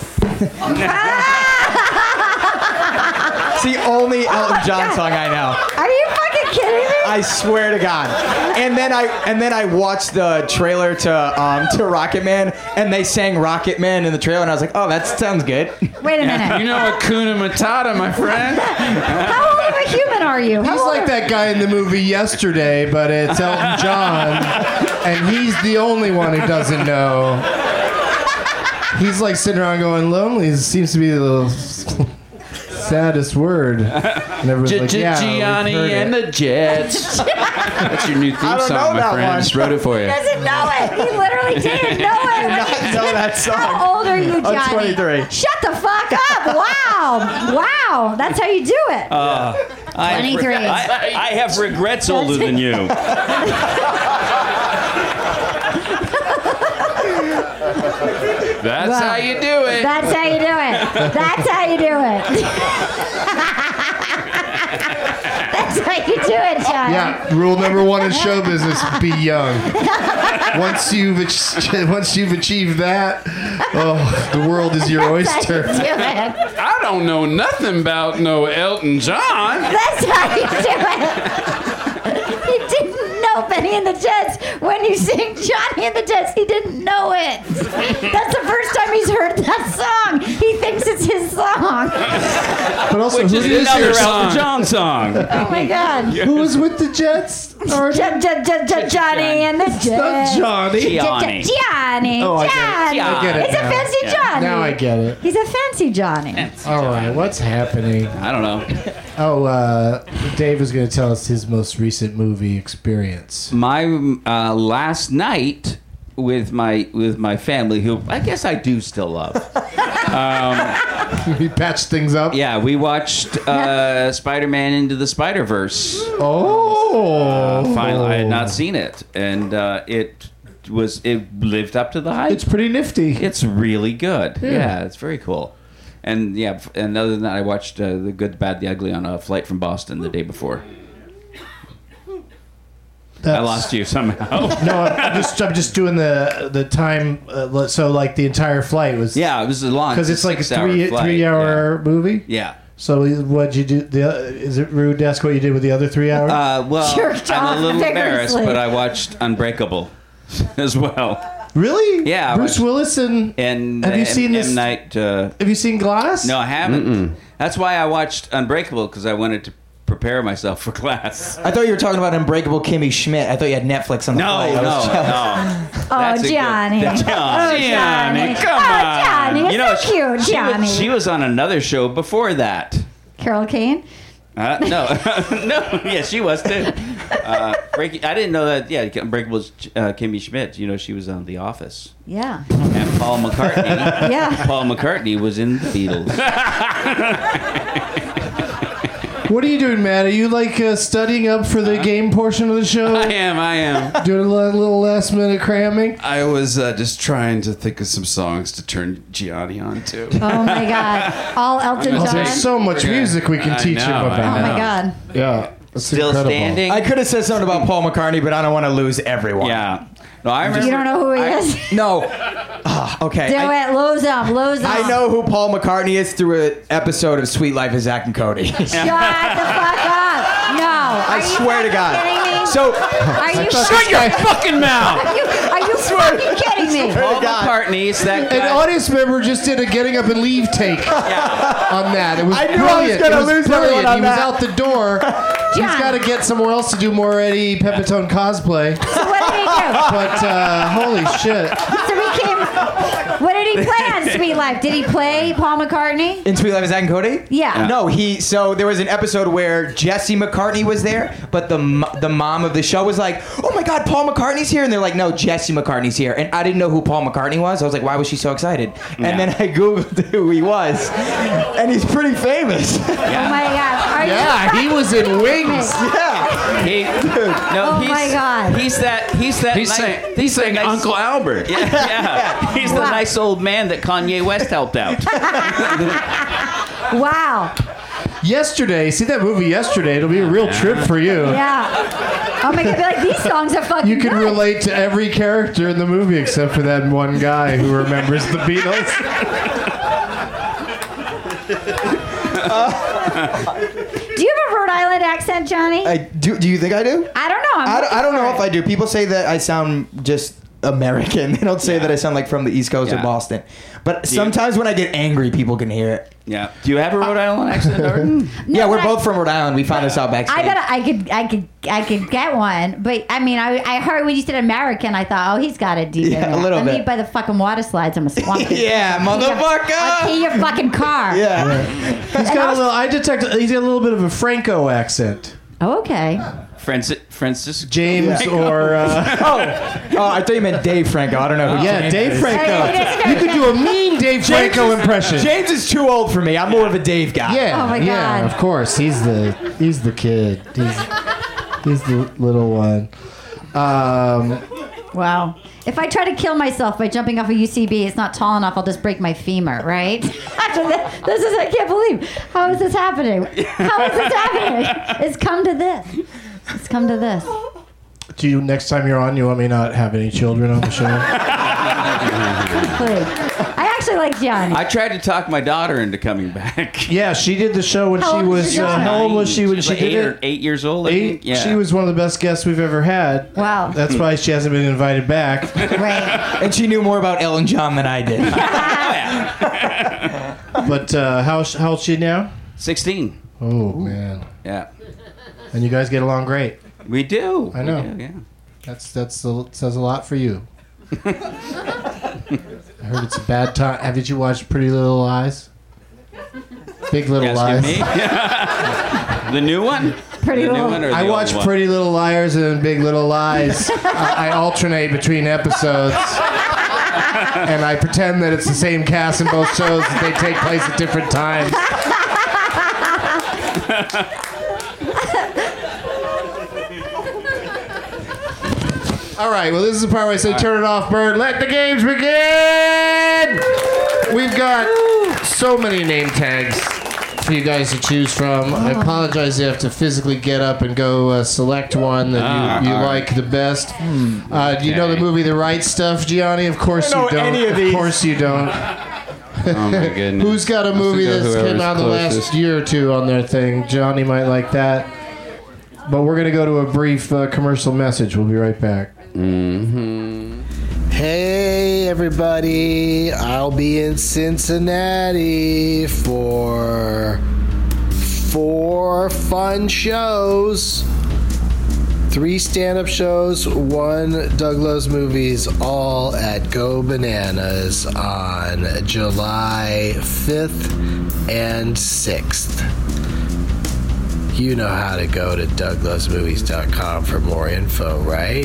H: it's the only Elton John song I know.
E: Are you fucking kidding me?
H: I swear to God. And then I and then I watched the trailer to um, to Rocket Man, and they sang Rocket Man in the trailer, and I was like, oh, that sounds good.
E: Wait a minute.
F: You know Akuna Matata, my friend.
E: How old of a human are you? How
C: He's
E: old
C: like
E: are-
C: that guy in the movie yesterday, but it's Elton John, and he's the only one who doesn't know. He's like sitting around going, "Lonely" seems to be the saddest word. And everyone's
F: Gi-
C: like,
F: Gi-
C: "Yeah, we've
F: Gianni
C: heard
F: and
C: it."
F: the Jets. That's your new theme
H: don't know
F: song, my
H: that
F: friend.
H: one.
F: I just wrote it for you.
E: doesn't know it. He literally didn't know it. when he
H: know that song.
E: How old are you, Johnny?
H: 23.
E: Shut the fuck up! Wow, wow, that's how you do it.
H: Uh,
G: I-
E: 23.
G: I, I have regrets older than you.
F: That's
E: Wow.
F: how you do it.
E: that's how you do it. That's how you do it. that's how you do it, Johnny.
C: Yeah, rule number one in show business: be young. Once you've ach- once you've achieved that, oh, the world is your
E: That's how you do
C: oyster.
E: it.
F: I don't know nothing about no Elton John.
E: That's how you do it. He didn't know Benny and the Jets when you sing Johnny and the Jets. He didn't know it. That's the first time he's heard that song. He thinks it's his song. Oh
C: But also, who,
F: is
C: is
F: your
G: Another
F: song?
G: Elton John song.
E: Oh my God.
C: who was with the Jets?
E: J- J- J- J- Johnny and the
C: Not
E: Jets.
C: Johnny.
G: Johnny.
E: J- J- Johnny.
C: Oh, I get it.
E: Johnny.
C: I get it
E: He's a
C: now.
E: fancy
G: Yeah.
E: Johnny.
C: Now I get it.
E: He's a fancy Johnny.
C: All right, what's happening?
G: I don't know.
C: Oh, uh, Dave is going to tell us his most recent movie experience.
G: My uh, last night with my with my family, who I guess I do still love.
C: he patched things up.
G: Yeah, we watched uh, Spider Man Into the Spider Verse.
C: Oh,
G: Finally, I had not seen it, and uh, it was it lived up to the hype.
C: It's pretty nifty.
G: It's really good. Yeah, it's very cool. And yeah, f- and other than that, I watched uh, the Good, the Bad, the Ugly on a flight from Boston the day before. I
C: That's-
G: lost you somehow.
C: No, I'm just I'm just doing the the time. Uh, so like the entire flight was
G: yeah, it was a long
C: because it's like a
G: six-hour
C: three
G: flight.
C: three hour movie.
G: Yeah.
C: So what you do? The uh, is it rude to ask what you did with the other three hours?
G: Uh, well,
E: Jerked
G: I'm
E: off
G: a little embarrassed,
E: vigorously.
G: but I watched Unbreakable as well.
C: really?
G: yeah, I
C: Bruce
G: watched-
C: Willis and,
G: And
C: Have you
G: M-
C: seen
G: M.
C: this-
G: Night? Uh,
C: Have you seen Glass?
G: no, I haven't. That's why I watched Unbreakable because I wanted to prepare myself for class.
H: I thought you were talking about Unbreakable Kimmy Schmidt. I thought you had Netflix on the
C: Oh,
G: No,
H: fly. I
G: no,
H: was jealous.
G: no.
E: Oh,
G: That's a good-
E: Johnny.
G: That's-
E: Oh, Johnny.
G: come
E: oh,
G: on.
E: Johnny. It's
G: You know,
E: so
G: she-
E: cute,
G: she was-
E: Johnny.
G: she was on another show before that.
E: Carol Kane.
G: Uh, no, no, yeah, she was too. Uh, Breaking, I didn't know that. Yeah, Unbreakable's uh, Kimmy Schmidt. You know, she was on The Office,
E: Yeah.
G: and Paul McCartney.
E: Yeah.
G: Paul McCartney was in the Beatles.
C: What are you doing, Matt? Are you like uh, studying up for the game portion of the
F: I
C: show?
F: am. I am.
C: doing a li- little last minute cramming?
F: I was uh, just trying to think of some songs to turn Gianni on to.
E: Oh, my God. All Elton
F: I'm
E: John.
F: gonna
C: There's
F: John.
C: so much
F: We're gonna-
C: music we can
F: I
C: teach
F: know,
C: him
F: I
E: oh,
C: about.
F: know.
E: my God.
C: Yeah, that's
G: Still
C: incredible.
G: standing.
H: I could have said something about Paul McCartney, but I don't want to lose everyone.
G: yeah. No, I remember.
E: You don't know who he is?
H: No. Ah, okay.
E: Do
H: I-
E: it. Lows up. Lows up.
H: I know who Paul McCartney is through an episode of Sweet Life of Zach and Cody.
E: Shut the fuck up. No.
H: I
E: Are you
H: swear to
E: fucking
H: God.
E: kidding me?
H: So,
E: are you
C: Shut your
F: fucking mouth.
E: Are you, are you fucking kidding me?
G: Paul
H: God.
G: McCartney. It's that
C: An
G: guy.
C: audience member just did a getting up and leave take on that. It was
H: I knew I was
C: brilliant.
H: gonna
C: It was
H: lose
C: brilliant.
H: everyone on
C: He
H: that.
C: was out the door. He's
E: John.
C: got to get somewhere else to do more Eddie Pepitone cosplay.
E: So what did he do?
C: But uh, holy shit.
E: So he came. What did he play on Sweet Life? Did he play Paul McCartney?
H: in Sweet Life of Zach and Cody?
E: Yeah.
H: No, he. So there was an episode where Jesse McCartney was there, but the m- the mom of the show was like, "Oh my God, Paul McCartney's here!" And they're like, "No, Jesse McCartney's here." And I didn't know who Paul McCartney was. I was like, "Why was she so excited?" And then I googled who he was, and he's pretty famous.
E: Oh my God. Are you
C: Yeah, he
E: fucking
C: was in
E: kidding
C: Wings.
E: me?
H: yeah.
G: He, no,
E: Oh
G: he's,
E: my God.
G: He's that. He's that.
F: He's
G: nice,
F: saying, he's saying
G: nice-
F: Uncle Albert.
G: Yeah, yeah. He's the
E: Wow.
G: nice old man that Kanye West helped out.
E: Wow.
C: Yesterday, see that movie yesterday? It'll be a real trip for you.
E: Yeah. Oh my God. They're like these songs are fucking.
C: You can
E: good.
C: relate to every character in the movie except for that one guy who remembers the Beatles.
E: Do you have a Rhode Island accent, Johnny? I,
H: I do. Do you think I do?
E: don't know. I'm
H: I don't, I don't
E: looking
H: know
E: for
H: if I
E: it.
H: do. People say that I sound just American. They don't say that I sound like from the East Coast
G: Yeah.
H: or Boston. But
G: you?
H: sometimes when I get angry, people can hear it.
G: Yeah. Do you have a Rhode Island accent, Norton?
E: No,
H: yeah, we're
E: but I-
H: both from Rhode Island. We found this out backstage.
E: I bet I could, I could, I could get one. But I mean, I, I heard when you said American, I thought, oh, he's got it deep.
H: Yeah,
E: in
H: a
E: there.
H: little
E: I
H: bit.
E: mean, by the fucking water slides, I'm a swamp.
H: Yeah,
E: I'll
H: motherfucker.
E: key your fucking car.
H: Yeah.
C: He's got a little. I detect. He's got a little bit of a Franco accent,
E: Oh, okay.
G: Francis. Francis.
C: James or uh,
H: Oh, I thought you meant Dave Franco. I don't know who.
C: yeah,
H: James
C: Dave
H: is.
C: Franco.
E: Hey,
C: You could do a mean Dave Franco impression.
H: James is too old for me. I'm more of a Dave guy.
C: Yeah,
E: Oh my
C: yeah,
E: God.
C: of course. He's the he's the kid. He's he's the little one. Um,
E: Wow. If I try to kill myself by jumping off a UCB, it's not tall enough. I'll just break my femur, right? this is, I can't believe. How is this happening? How is this happening? It's come to this. It's come to this.
C: do you next time you're on, you want me not have any children on the show?
E: Please. I actually like Gianni.
G: I tried to talk my daughter into coming back.
C: yeah, she did the show when
E: How old
C: she
E: was
C: was.
E: your
C: Uh,
E: daughter?
C: how old was she when
G: was
C: she
G: like eight,
C: did
G: or
C: it?
G: eight years old. I
C: Eight.
G: think. Yeah.
C: She was one of the best guests we've ever had.
E: Wow.
C: That's why she hasn't been invited back.
E: Right.
H: And she knew more about Ellen John than I did.
C: But uh, how how old's she now?
G: sixteen.
C: Oh man!
G: Yeah.
C: And you guys get along great.
G: We do.
C: I know.
G: We do, yeah.
C: That's that's a, says a lot for you. I heard it's a bad time. Haven't you watched Pretty Little Lies? Big Little Lies.
G: Asking me? the new one.
E: Pretty
G: The new
E: little.
G: one or the
C: I
G: old
C: watch
G: one?
C: Pretty Little Liars and Big Little Lies. I, I alternate between episodes. And I pretend that it's the same cast in both shows, that they take place at different times. All right, well, this is the part where I say turn it off, Bird. Let the games begin! We've got so many name tags for you guys to choose from. I apologize you have to physically get up and go uh, select one that
H: Ah,
C: you, you like the best. Uh, do you know the movie The Right Stuff, Gianni? Of course
H: Hmm. I don't
C: you
H: know
C: don't.
H: any of
C: Of
H: these.
C: course you don't.
F: Oh my goodness.
C: Who's got a
F: Let's
C: movie
F: go
C: that's
F: whoever's
C: came out in the
F: closest.
C: last year or two on their thing? Johnny might like that. But we're going to go to a brief uh, commercial message. We'll be right back.
F: Mm-hmm.
J: Hey, everybody. I'll be in Cincinnati for four fun shows. Three stand up shows, one Douglas movies, all at Go Bananas on July 5th and 6th. You know how to go to douglasmovies.com for more info, right?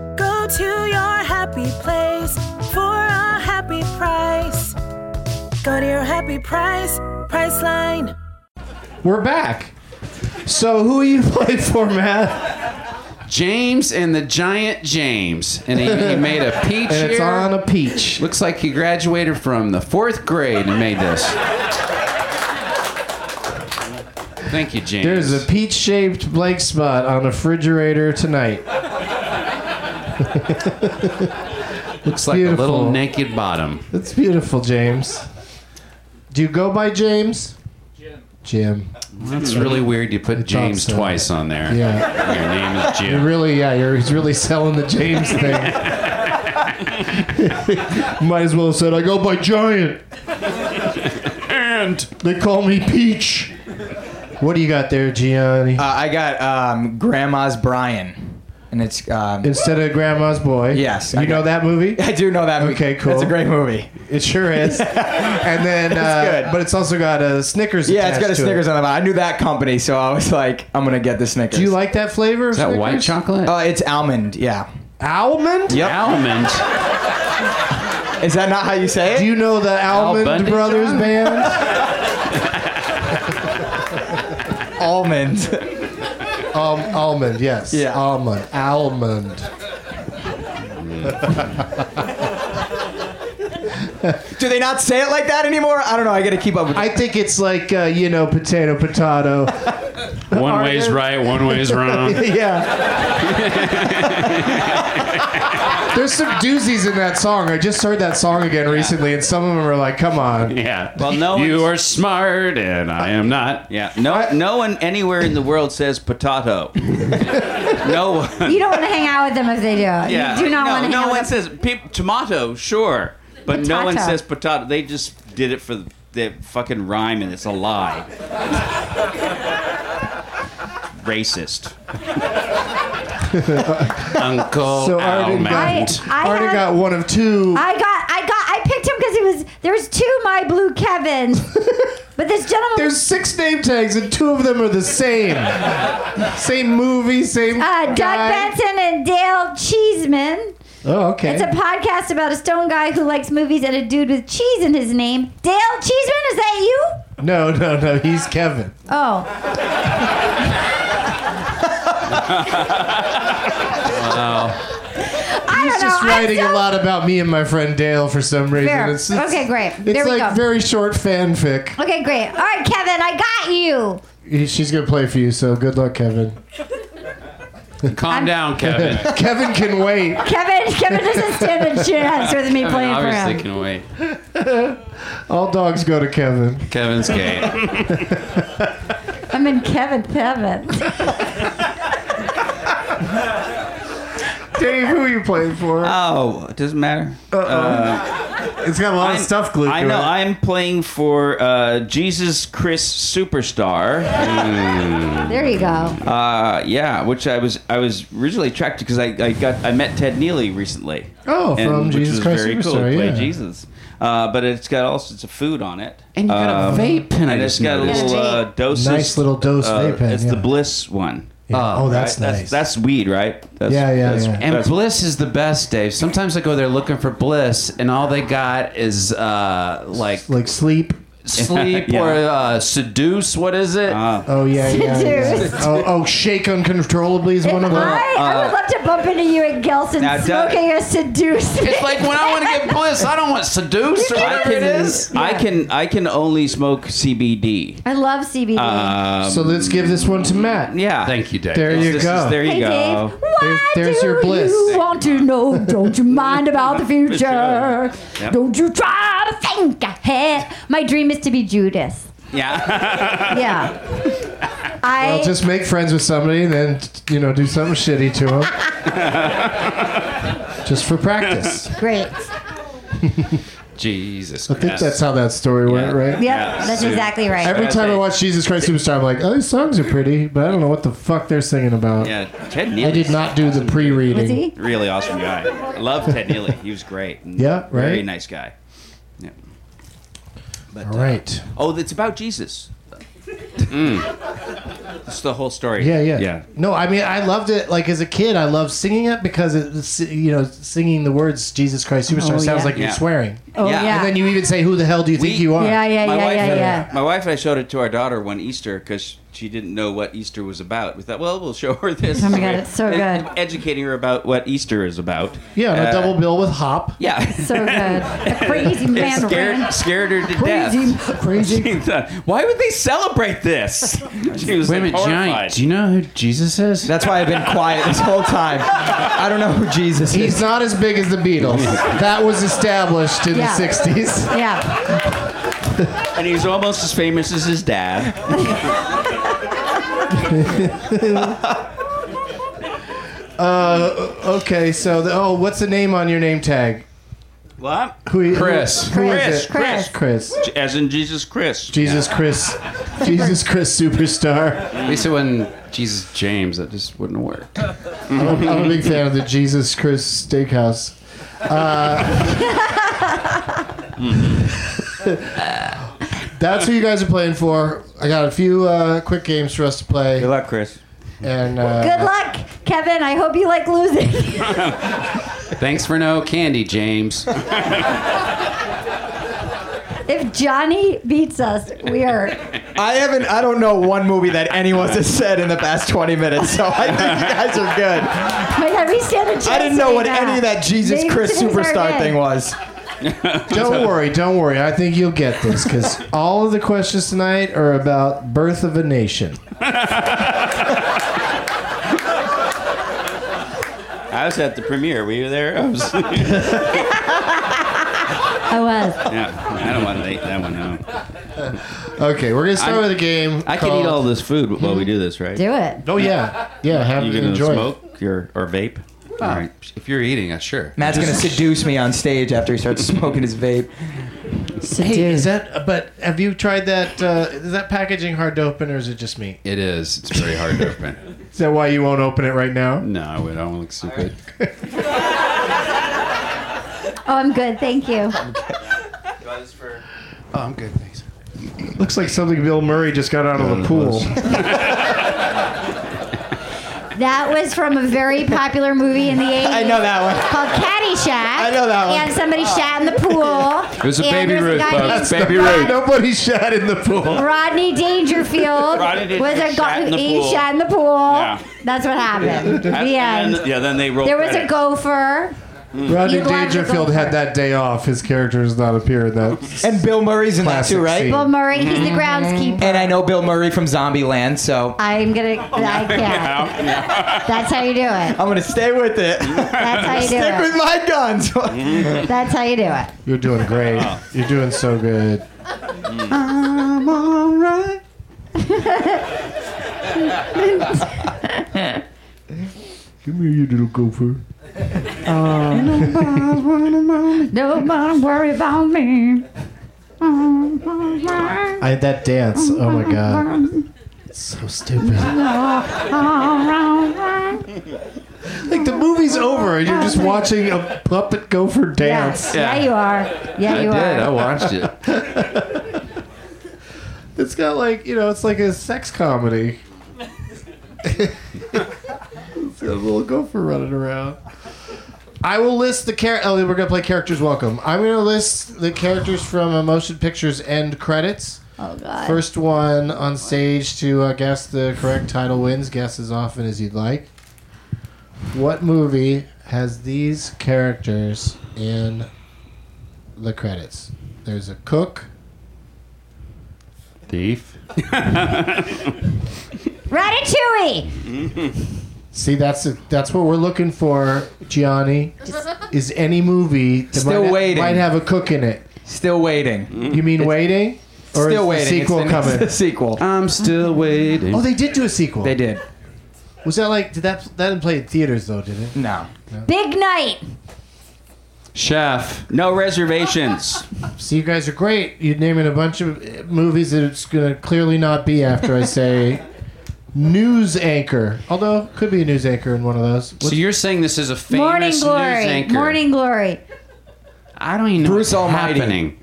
K: Go to your happy place for a happy price. Go to your happy price, Priceline.
C: We're back. So, who you play for, Matt?
F: James and the Giant James, and he, he made a peach
C: And it's
F: here.
C: on a peach.
F: Looks like he graduated from the fourth grade and made this. Thank you, James.
C: There's a peach shaped blank spot on a refrigerator tonight.
F: Looks like a little
C: beautiful-
F: naked bottom.
C: That's beautiful, James. Do you go by James? Jim.
F: That's really weird. You put James
C: so.
F: twice on there.
C: Yeah.
F: Your name is
C: You're
F: Jim.
C: really, yeah, you're, he's really selling the James thing. Might as well have said, I go by Giant. and they call me Peach. What do you got there, Gianni?
H: Uh, I got um, Grandma's Brian, and it's um,
C: Instead of Grandma's Boy.
H: Yes,
C: You
H: I
C: know
H: got-
C: that movie?
H: I do know that. movie.
C: Okay, cool.
H: It's a great movie.
C: It sure is. and then, uh,
H: good.
C: but it's also got a Snickers.
H: Yeah, it's got a
C: attached to
H: Snickers
C: It.
H: on the bottom. I knew that company, so I was like, I'm gonna get the Snickers.
C: Do you like that flavor?
F: Is that white chocolate?
H: Uh, it's almond. Yeah.
C: almond?
H: Yep.
F: Almond.
H: Is that not how you say it?
C: Do you know the Almond
F: Bundy
C: Brothers
F: John?
C: band?
H: almond.
C: Um, almond, yes.
H: Yeah.
C: Almond. Almond.
H: Do they not say it like that anymore? I don't know. I gotta keep up with.
C: I think it's like uh, you know, potato, potato.
F: One way's right, one way's wrong.
C: yeah. There's some doozies in that song. I just heard that song again recently, and some of them are like, "Come on."
F: Yeah.
G: Well, no
F: You are
G: one's-
F: smart, and I am not.
G: Yeah, no, no one anywhere in the world says potato. no one.
E: You don't want to hang out with them if they do.
G: Yeah,
E: You do not
G: no,
E: want to
G: no
E: hang out
G: one
E: with
G: says peop tomato, sure, but no one
E: Potato.
G: says potato. They just did it for the, the fucking rhyme, and it's a lie. Racist.
F: Uncle
C: So Arden
F: Almond.
C: got,
E: I- I
C: Arden
E: have-
C: got one of two.
E: I got, I got, I picked him because he was, there was two My Blue Kevin. but this gentleman
C: There's six name tags, and two of them are the same. same movie, same
E: Uh, Doug
C: guy.
E: Benson and Dale Cheeseman.
C: Oh, okay.
E: It's a podcast about a stone guy who likes movies and a dude with cheese in his name. Dale Cheeseman, is that you?
C: no, no, no. He's Kevin.
E: Oh, I
C: He's
E: don't know.
C: just
E: I'm
C: writing
E: so-
C: a lot about me and my friend Dale for some reason.
E: Fair.
C: It's, it's-
E: Okay, great.
C: It's
E: There we
C: like
E: go.
C: very short fanfic.
E: Okay, great. All right, Kevin, I got you.
C: He- She's gonna play for you, so good luck, Kevin.
F: Calm down, Kevin.
C: Kevin can wait.
E: Kevin, Kevin doesn't stand a chance with me playing for
F: Obviously
E: him.
F: can wait.
C: All dogs go to Kevin.
F: Kevin's gay.
E: I'm in Kevin Kevin.
C: Dave, who are you playing for?
G: Oh, it doesn't matter.
C: it's got a lot of Uh, stuff glued
G: I
C: to
G: know.
C: it.
G: I'm playing for uh, Jesus Chris Superstar.
E: There you go.
G: Uh, yeah, which I was I was originally attracted because I, I got I met Ted Neely recently.
C: Oh, from
G: which
C: Jesus
G: was
C: Christ
G: very cool.
C: Superstar,
G: Play
C: yeah.
G: Jesus. Uh, but it's got all sorts of food on it. Um,
F: And you got a vape pen, I
G: And it's
F: just
G: got a
F: noticed.
G: little uh, dose.
C: Nice little dose vape pen,
G: It's
C: yeah.
G: the Bliss one. Uh,
C: Yeah. oh, that's
G: Right?
C: nice.
G: That's, weed, right? That's,
C: Yeah, yeah,
G: that's,
C: yeah.
F: And
G: that's-
F: bliss is the best, Dave. Sometimes I go there looking for bliss, and all they got is uh, like
C: like sleep.
F: sleep
G: Yeah.
F: or uh, seduce. What is it?
G: Uh,
C: Oh yeah, yeah. yeah.
E: Seduce.
C: Oh, oh, shake uncontrollably is one of uh, them.
E: I, I would love to bump into you at Gelson's
G: now, Doug-
E: smoking a seduce.
F: it's like when I want to get bliss, I don't want seduce or whatever it is.
G: I can I can only smoke CBD.
E: I love CBD.
C: So let's give this one to Matt.
G: Yeah.
F: Thank you, Dave.
C: There you
G: This is-
C: go.
G: there you
E: hey
G: go.
E: Dave, why
C: there's
E: do
C: your bliss.
E: you want to know? Don't you mind about the future? Don't you try to think ahead. My dream is to be Judas.
G: Yeah.
E: Yeah. I
C: Well, just make friends with somebody and then you know do something shitty to them. just for practice.
E: great.
F: Jesus
C: I think
F: Christ.
C: that's how that story went, right?
E: Yep, that's exactly right.
C: Every time I watch Jesus Christ Superstar, I'm like, oh, these songs are pretty, but I don't know what the fuck they're singing about.
G: yeah. Ted Neely.
C: I did not do the
E: Was
C: pre-reading.
E: he?
G: Really awesome guy. I love Ted Neely. He was great.
C: Yeah,
G: Very
C: right.
G: nice guy. Yeah.
C: All right.
G: Oh, it's about Jesus.
F: Mm.
G: It's the whole story.
C: Yeah, yeah,
G: Yeah.
C: No, I mean, I loved it. Like as a kid, I loved singing it because it's you know singing the words "Jesus Christ Superstar"
E: Oh,
C: sounds
E: yeah.
C: like you're
G: Yeah.
C: swearing,
E: Oh
G: Yeah.
E: yeah.
C: and then you even say, "Who the hell do you think
G: We-
C: you are?"
E: yeah, yeah,
G: My
E: yeah,
G: wife,
E: yeah,
G: and-
E: yeah.
G: My wife and I showed it to our daughter one Easter because she didn't know what Easter was about. We thought, well, we'll show her this.
E: Oh my God, it's so
G: And
E: good.
G: Educating her about what Easter is about.
C: Yeah, and a
G: Uh,
C: double bill with hop.
G: Yeah.
E: So good. The crazy
G: It
E: man
G: scared,
E: ran.
G: scared her to
E: Crazy,
G: death.
C: crazy.
G: She thought, Why would they celebrate this? She was
F: Wait a
G: like,
F: minute,
G: horrified.
F: giant. Do you know who Jesus is?
H: That's why I've been quiet this whole time. I don't know who Jesus
C: He's
H: is.
C: not as big as the Beatles. That was established in the
E: Yeah.
C: '60s.
E: Yeah.
G: And he's almost as famous as his dad.
C: Okay, so the, oh, what's the name on your name tag?
G: What?
C: Who,
F: Chris.
C: Who, who is
G: Chris,
C: it?
G: Chris.
C: Chris.
G: As in Jesus Christ.
C: Jesus Chris. Jesus Chris Superstar.
F: At least it wasn't Jesus James. That just wouldn't work.
C: I'm a big fan of the Jesus Chris Steakhouse. Uh, that's who you guys are playing for. I got a few uh, quick games for us to play,
G: Good luck, Chris.
C: and uh,
H: Uh-huh.
E: Good luck, Kevin. I hope you like losing.
F: Thanks for no candy, James.
E: if Johnny beats us, we are.
H: I haven't. I don't know one movie that anyone has said in the past 20 minutes. So I think you guys are good.
E: Wait, have we stand a chance?
H: I didn't know
E: today,
H: what
E: Matt?
H: any of that Jesus
E: Maybe
H: Chris
E: today's our day.
H: superstar thing was.
C: Don't worry, don't worry. I think you'll get this because all of the questions tonight are about birth of a nation.
G: I was at the premiere. Were you there? I was, yeah,
E: I was.
G: I don't want to eat that one. No.
C: Okay, we're gonna start
G: I'm-
C: with a game.
G: I can
C: called-
G: eat all this food while we do this, right?
E: Do it.
C: Oh yeah, yeah. Have
G: You
C: you
G: gonna
C: enjoy. it.
G: smoke your, or vape? All right.
F: If you're eating, I sure.
H: Matt's gonna seduce me on stage after he starts smoking his vape.
C: Hey, is that? But have you tried that? Uh, is that packaging hard to open, or is it just me?
F: It is. It's very hard to open.
C: Is that why you won't open it right now?
F: No, I would. I don't look stupid.
E: Oh, I'm good. Thank you.
F: Oh, I'm good. Thanks.
C: Looks like something Bill Murray just got out of the pool.
E: That was from a very popular movie in the 80s.
H: I know that one.
E: Called Caddyshack. I
H: know that one.
E: And somebody shat in the pool.
F: It was a
E: And
F: baby
E: there
F: Ruth,
E: guy
F: folks.
E: named
F: Baby
E: Rod-
F: Ruth.
C: Nobody shot in the pool.
E: Rodney Dangerfield
G: Rodney Dangerfield
E: was a
G: shat
E: guy
G: in
E: who
G: the
E: he
G: pool.
E: shat in the pool.
G: Yeah.
E: That's what happened. The
G: And then-
E: end.
G: yeah, then they rolled.
E: There was a
G: credits.
E: gopher.
C: Rodney
E: You'd like to go
C: Dangerfield
E: for
C: had
E: it.
C: that day off. His character does not appear in that.
H: And Bill Murray's in that
C: Classic
H: too, right?
C: scene.
E: Bill Murray, he's the groundskeeper.
H: And I know Bill Murray from Zombieland, so
E: I'm gonna. I can't. That's how you do it.
H: I'm gonna stay with it.
E: That's how you do
H: Stick
E: it.
H: with my guns.
C: Mm-hmm.
E: That's how you do it.
C: You're doing great. You're doing so good.
H: I'm all right.
C: Come here, you little gopher.
E: Nobody worry about me.
C: I that dance. Oh my god. It's so stupid. Like the movie's over and you're just watching a puppet gopher dance.
E: Yes. Yeah. you are. Yeah,
D: I
E: you
D: did. I
E: are.
D: watched it.
C: It's got like you know, it's like a sex comedy. it's a little gopher running around. I will list the character. Oh, we're gonna play characters welcome. I'm gonna list the characters from uh, motion pictures end credits.
E: Oh god.
C: First one on stage to uh, guess the correct title wins. Guess as often as you'd like. What movie has these characters in the credits? There's a cook.
F: Thief.
E: Ratatouille.
C: See, that's that's what we're looking for, Gianni. Is any movie that
H: Still
C: might, ha-
H: waiting.
C: might have a cook in it?
H: Still waiting.
C: You mean waiting, or is
H: Still
C: the
H: waiting.
C: sequel
H: it's the,
C: coming?
H: It's the sequel.
F: I'm still waiting.
C: oh, they did do a sequel.
H: They did.
C: Was that like did that that didn't play in theaters though? Did it?
H: No.
E: Big night.
F: Chef.
G: No reservations.
C: So you guys are great. You're naming a bunch of uh, movies that it's going to clearly not be after I say news anchor. Although could be a news anchor in one of those.
F: So
C: What's-
F: you're saying this is a famous
E: Morning
F: news
E: glory.
F: anchor?
E: Morning glory.
F: I don't even know what's
H: Bruce Almighty.
F: happening.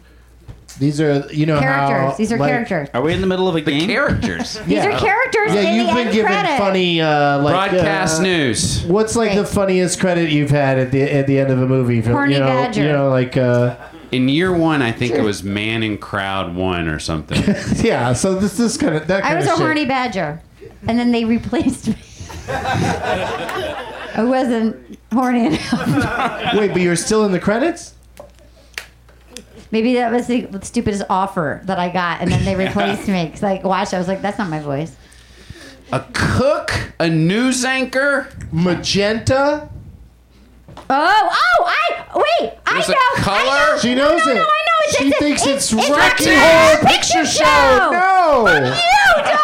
C: these are you know how,
E: Characters. These are
C: like-
E: characters.
G: Are we in the middle of a game?
F: Characters.
E: These are characters
C: Yeah,
E: in
C: you've
E: the
C: been
E: end
C: given
E: credit.
C: funny uh, like
F: Broadcast
C: uh,
F: news.
C: What's like the funniest credit you've had at the at the end of a movie? From,
E: Horny
C: you know,
E: Badger.
C: You know, like uh,
F: In year one, I think it was Man in Crowd One or something.
C: yeah. So this is kind of that.
E: I
C: Kind
E: was a
C: of shit.
E: horny badger, and then they replaced me. I wasn't horny enough.
C: Wait, but you're still in the credits.
E: Maybe that was the stupidest offer that I got, and then they replaced me because I watched. I was like, "That's not my voice."
F: a cook, a news anchor.
C: Magenta.
E: Oh, oh, I wait. I
F: There's a
E: know. I
F: color?
E: know.
C: She knows
E: no,
C: it.
E: No, I know. It's,
C: She
E: it's,
C: thinks it's Rocky
E: Rocky
C: Horror
E: Picture Show.
C: No.
E: You dog.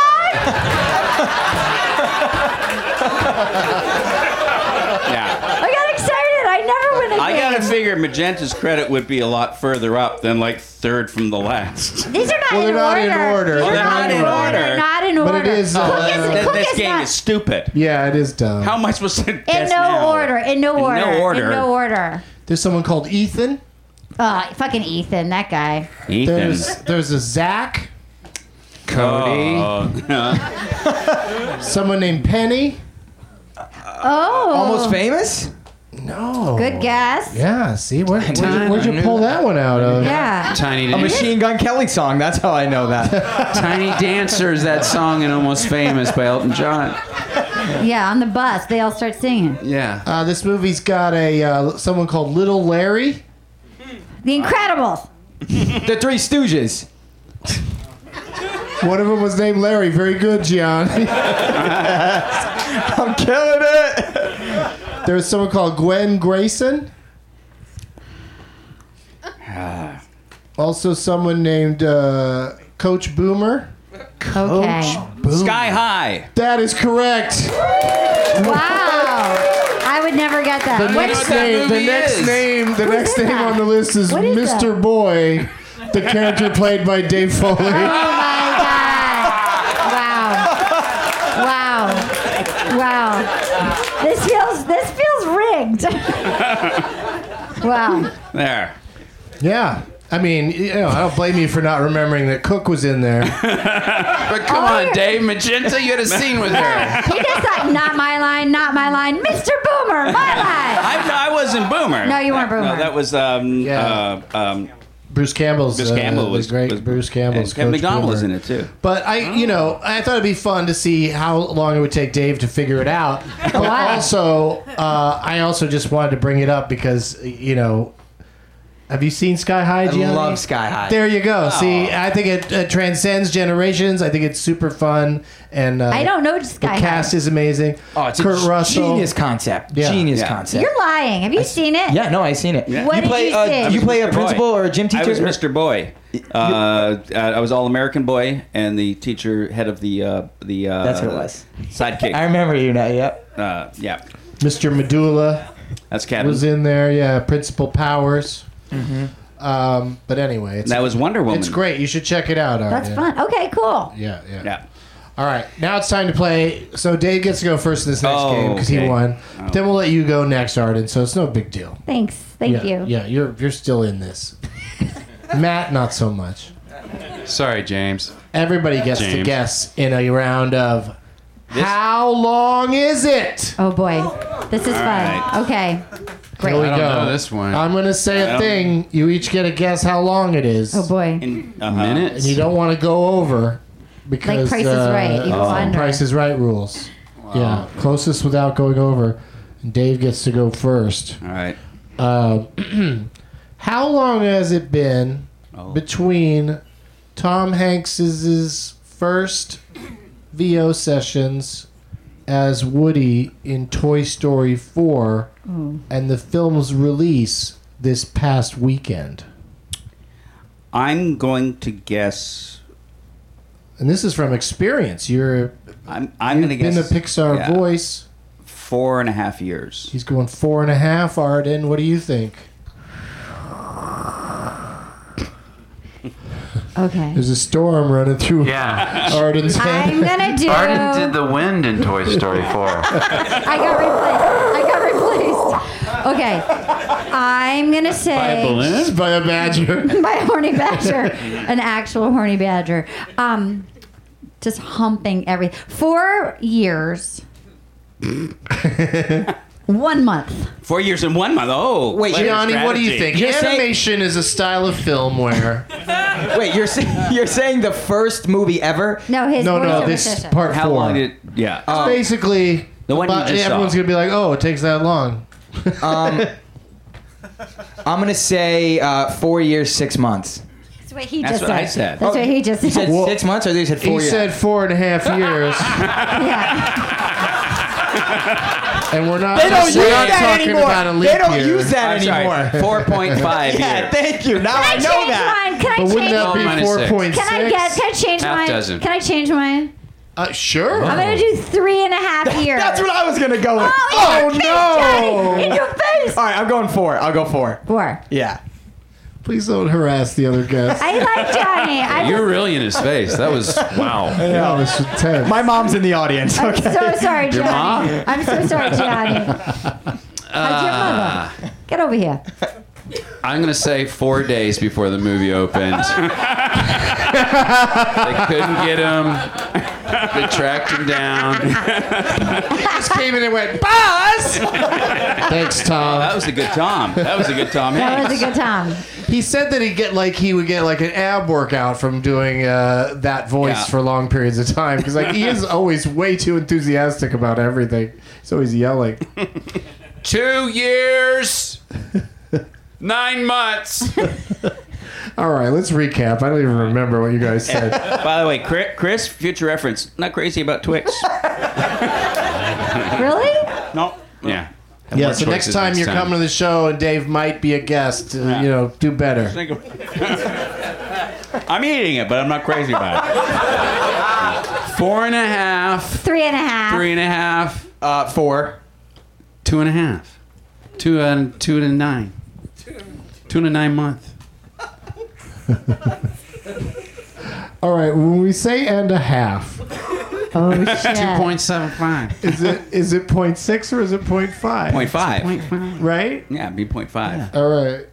G: Yeah.
E: I got excited. I never win a game.
G: I gotta figure Magenta's credit would be a lot further up than like third from the last.
E: These are not,
C: Well,
E: in,
C: they're not in
E: order.
C: order.
E: These
G: Oh,
E: are
G: they're
E: not in order. Not in
C: But
E: order.
C: it is,
E: Cook
C: uh,
E: is,
G: Th-
E: cook
G: this
E: is
G: game
E: not
G: is stupid.
C: Yeah, it is dumb.
G: How am I supposed to
E: in
G: guess
E: no
G: now?
E: order. In no
G: In no
E: order.
G: order.
E: In no order.
C: There's someone called Ethan.
E: Uh, fucking Ethan, that guy.
G: Ethan.
C: There's there's a Zach. Uh,
F: Cody.
C: Someone named Penny.
E: Oh,
H: Almost famous?
C: No.
E: good guess.
C: Yeah. See, where, where'd, you,
F: Time.
C: where'd you
H: I knew
C: pull
H: that.
C: that one out of?
E: Yeah.
F: Tiny
H: A Machine Gun Kelly song. That's how I know that.
F: Tiny Dancers, that song in Almost Famous by Elton John.
E: yeah, On the bus, they all start singing.
F: Yeah.
C: Uh, this movie's got a uh, someone called Little Larry.
E: The Incredibles.
H: the Three Stooges.
C: One of them was named Larry. Very good, Gian.
H: I'm killing it.
C: There was someone called Gwen Grayson. Ah. Also, someone named uh, Coach Boomer.
E: Okay.
G: Sky high.
C: That is correct.
E: Wow. I would never get that.
C: The
E: What-
C: next name, the
F: movie
C: next
F: is.
C: name, the next
E: is
C: name
E: that?
C: on the list is
E: What is
C: Mr. Boy, the character played by Dave Foley.
E: Oh my god. Wow. Wow. Wow. This feels this feels rigged. wow.
G: There.
C: Yeah. I mean, you know, I don't blame you for not remembering that Cook was in there.
F: But come
E: Oh,
F: on,
E: yeah.
F: Dave. Magenta, you had a scene with her.
E: You just thought not my line, not my line. Mr. Boomer, my line.
G: I, no, I wasn't Boomer.
E: No, you weren't
G: That-
E: Boomer.
G: No, that was um,
C: Yeah.
G: uh, um,
C: Bruce Campbell's.
G: Bruce
C: uh,
G: Campbell
C: the
G: was
C: great.
G: was-
C: Bruce Campbell's.
G: And Kevin
C: Coach
G: McDonald was
C: Boomer.
G: in it too.
C: But I, you
H: Oh.
C: know, I thought it'd be fun to see how long it would take Dave to figure it out. But
E: Wow.
C: also, uh, I also just wanted to bring it up because you know, have you seen Sky High?
H: I
C: Gianni?
H: love Sky High. Oh.
C: There you go. See, I think it uh, transcends generations. I think it's super fun, and uh,
E: I don't know
C: The
E: Sky
C: cast
E: High.
C: is amazing.
H: Oh, it's
C: Kurt
H: a
C: Russell.
H: genius concept.
C: Yeah.
H: Genius
G: Yeah.
H: concept.
E: You're lying. Have you seen it?
H: yeah, no, I seen it.
E: What
H: you
E: did
H: play
E: you
H: uh,
E: see?
H: you play a
G: Mr.
H: principal
G: Boy.
H: or a gym teacher?
G: I was Mr. Boy. Uh, I was all American boy, and the teacher, head of the uh, the uh,
H: That's what it was.
G: Sidekick.
H: I remember you now. Yep.
G: uh, yeah.
C: Mr. Medulla
G: That's Captain.
C: was in there. Yeah, Principal Powers.
H: Mm-hmm.
C: Um, but anyway, it's,
G: that was Wonder Woman.
C: it's great. You should check it out.
E: That's
C: Arya.
E: fun. Okay, cool.
C: Yeah, yeah,
G: Yeah.
C: All right, now it's time to play. So Dave gets to go first in this next
G: Oh,
C: game because he
G: okay.
C: won.
F: Oh.
C: But Then we'll let you go next, Arden. So it's no big deal.
E: Thanks.
C: yeah,
E: Thank you.
C: Yeah, you're you're still in this. Matt, not so much.
F: Sorry, James.
C: Everybody gets to
F: James.
C: guess in a round of how long is it?
E: Oh boy, this is fun.
G: right.
E: Okay,
C: Here we
F: I don't
C: go.
F: know this one.
C: I'm gonna say a
G: Um,
C: thing. You each get to guess how long it is.
E: oh boy.
G: In,
F: Minutes?
C: You don't want to go over because
E: Price is
C: uh,
E: Right, you go
C: uh,
E: under.
C: Price is Right rules. Yeah, closest without going over. Dave gets to go first.
G: All right.
C: Uh, how long has it been between Tom Hanks's first VO sessions as Woody in Toy Story 4
E: Hmm.
C: and the film's release this past weekend?
G: I'm going to guess.
C: And this is from experience. You're
G: I'm, I'm going to
C: in
G: guess.
C: the Pixar
G: yeah,
C: voice.
G: Four and a half years.
C: He's going four and a half, Arden. What do you think?
E: Okay.
C: There's a storm running through
F: Yeah.
C: Arden's head.
E: I'm gonna do.
F: Arden did the wind in Toy Story 4.
E: I got replaced. I got replaced. Okay, I'm gonna say
C: By a badger.
E: by a horny badger, an actual horny badger. Um, just humping everything. Four years. One month.
G: Four years and one month. Oh,
H: Wait,
G: clever
C: Johnny, what do you think?
G: strategy.
H: You're saying-
C: Animation is a style of film where
H: Wait, you're saying you're saying the first movie ever?
E: No, his
C: no,
E: voice
C: no,
E: of
C: this
E: recession.
C: part
G: How
C: four.
G: long did? Yeah.
C: Uh, Basically,
G: The one you
C: about-
G: just
C: everyone's
G: saw.
C: gonna be like, "Oh, it takes that long."
H: Um, I'm gonna say uh, four years, six months.
E: That's what he
G: That's
E: just
G: what
E: said.
G: I said.
E: That's what he just
H: You Oh, said
E: said.
H: six months, or they said four
C: he
H: years.
C: said four and a half years,
E: yeah.
C: and we're not.
H: they don't use
C: we're not
H: that
C: talking
H: anymore.
C: about a leap
H: they don't
C: year.
H: use that
G: I'm
H: anymore.
G: sorry. Four point five
H: Yeah,
G: years.
H: thank you. Now
E: Can
H: I
E: I
H: know
E: change
H: that.
E: mine? Can I
C: But
E: change?
C: wouldn't that
F: mine
C: be
F: is
C: four
F: six.
C: point six?
E: Can I guess? Can I change
F: Half
E: mine?
F: dozen.
E: Can I change mine?
C: Uh, sure.
E: I'm gonna do three and a half years.
H: That's what I was gonna go with.
E: Oh, in your
C: no.
E: face, Johnny, in your face.
H: All right, I'm going four. I'll go four.
E: Four.
H: Yeah.
C: Please don't harass the other guests.
E: I like Johnny. I
F: You're really in his face. That was wow.
C: yeah, this is intense.
H: My mom's in the audience.
E: I'm
H: Okay.
E: so sorry, Johnny. I'm so sorry, Johnny. How's your mother? Get over here.
F: I'm gonna say four days before the movie opened. they couldn't get him. They tracked him down.
C: just came in and went, "Boss." Thanks, Tom.
G: That was a good Tom. That was a good Tom.
E: That was
G: Hanks.
E: a good time.
C: He said that he would get like he would get like an ab workout from doing uh, that voice
G: Yeah.
C: for long periods of time because like he is always way too enthusiastic about everything. He's always yelling.
F: Two years, nine months.
C: All right, let's recap. I don't even remember what you guys said.
G: By the way, Chri- Chris, future reference. Not crazy about Twix.
E: Really?
G: no.
F: Yeah.
C: yeah, so next
F: choices
C: time
F: next
C: you're
F: time.
C: coming to the show and Dave might be a guest, uh, you know, do better.
G: Think of- I'm eating it, but I'm not crazy about it.
F: Four and a half,
E: Three and a half.
F: three and a half,
H: Uh, four.
F: two and a half, two and two and a nine, two and a nine month.
C: All right, when we say and a half,
E: Oh shit.
F: Two point seven five.
C: is it is it point six or is it point five?
G: Point five.
C: right?
G: Yeah, be point five.
C: All right.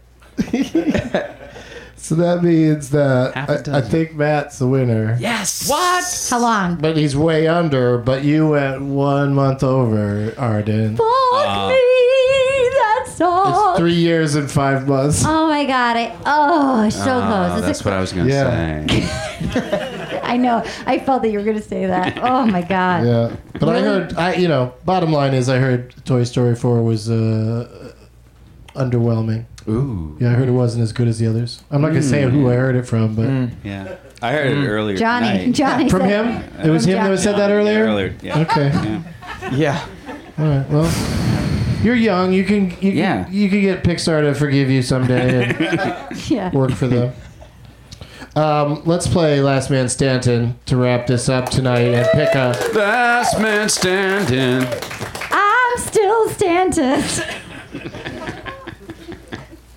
C: so that means that
F: Half a
C: I, I
F: dozen.
C: think Matt's the winner.
F: Yes. What?
E: How long?
C: But he's way under, but you went one month over, Arden.
E: Fuck me. That's all.
C: It's three years and five months.
E: Oh my god. I, oh, so close. It's
F: that's
E: a-
F: what I was gonna
C: Yeah.
F: say.
E: I know. I felt that you were gonna say that. Oh my god.
C: Yeah. But I heard, I you know, bottom line is I heard Toy Story 4 was uh, underwhelming.
F: Ooh.
C: Yeah, I heard it wasn't as good as the others. I'm not going to say who I heard it from, but
G: Yeah. I heard
F: Mm.
G: it earlier.
E: Johnny.
G: tonight.
E: Johnny.
C: from him?
E: said-
C: It was him that said that earlier?
G: Earlier. Yeah.
C: Okay.
H: Yeah.
C: All right. Well, you're young. You can you,
G: Yeah.
C: you can get Pixar to forgive you someday and
E: Yeah.
C: work for them. Um, let's play Last Man Stanton to wrap this up tonight and pick a
F: Last man standing.
E: I'm still Phil Stantis.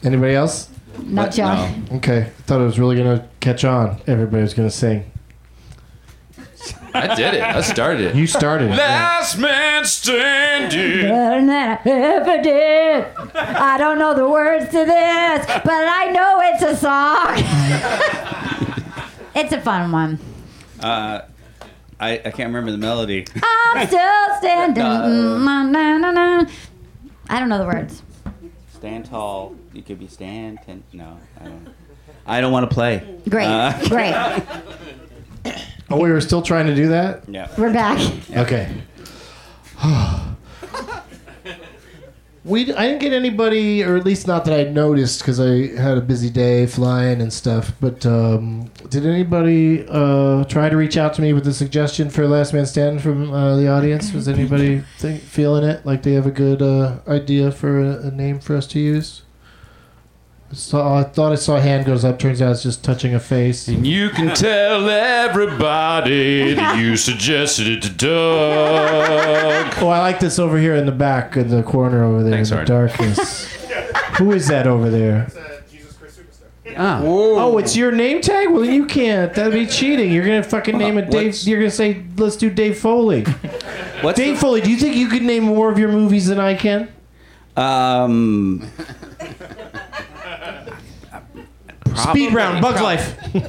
C: Anybody else?
E: Not John.
C: Okay, I thought it was really gonna catch on. Everybody was gonna sing.
F: I did it. I started it.
C: You started. it.
F: Last man standing.
E: Better than I ever did. I don't know the words to this, but I know it's a song. it's a fun one.
G: I, I can't remember the melody.
E: I'm still standing. Mm, na, na, na, na. I don't know the words.
G: Stand tall. You could be stand ten. No, I don't. I don't want to play.
E: Great, great.
C: Oh, we were still trying to do that.
G: Yeah.
E: We're back.
C: Okay. we I didn't get anybody, or at least not that I noticed, because I had a busy day flying and stuff. But um, did anybody uh, try to reach out to me with a suggestion for Last Man Standing from uh, the audience? Was anybody think, feeling it? Like they have a good uh, idea for a, a name for us to use? So I thought I saw a hand goes up. Turns out it's just touching a face.
F: And you can tell everybody that you suggested it to Doug.
C: Oh, I like this over here in the back in the corner over there
F: Thanks,
C: in the
F: Arden.
C: darkness. Who is that over there?
F: Ah.
C: Oh, it's your name tag? Well, you can't. That'd be cheating. You're gonna fucking name it Dave.
G: what's-
C: You're gonna say, "Let's do Dave Foley."
G: What's
C: Dave Foley. Do you think you could name more of your movies than I can?
G: the- um.
C: Speed round, Bugs Life.
F: Sky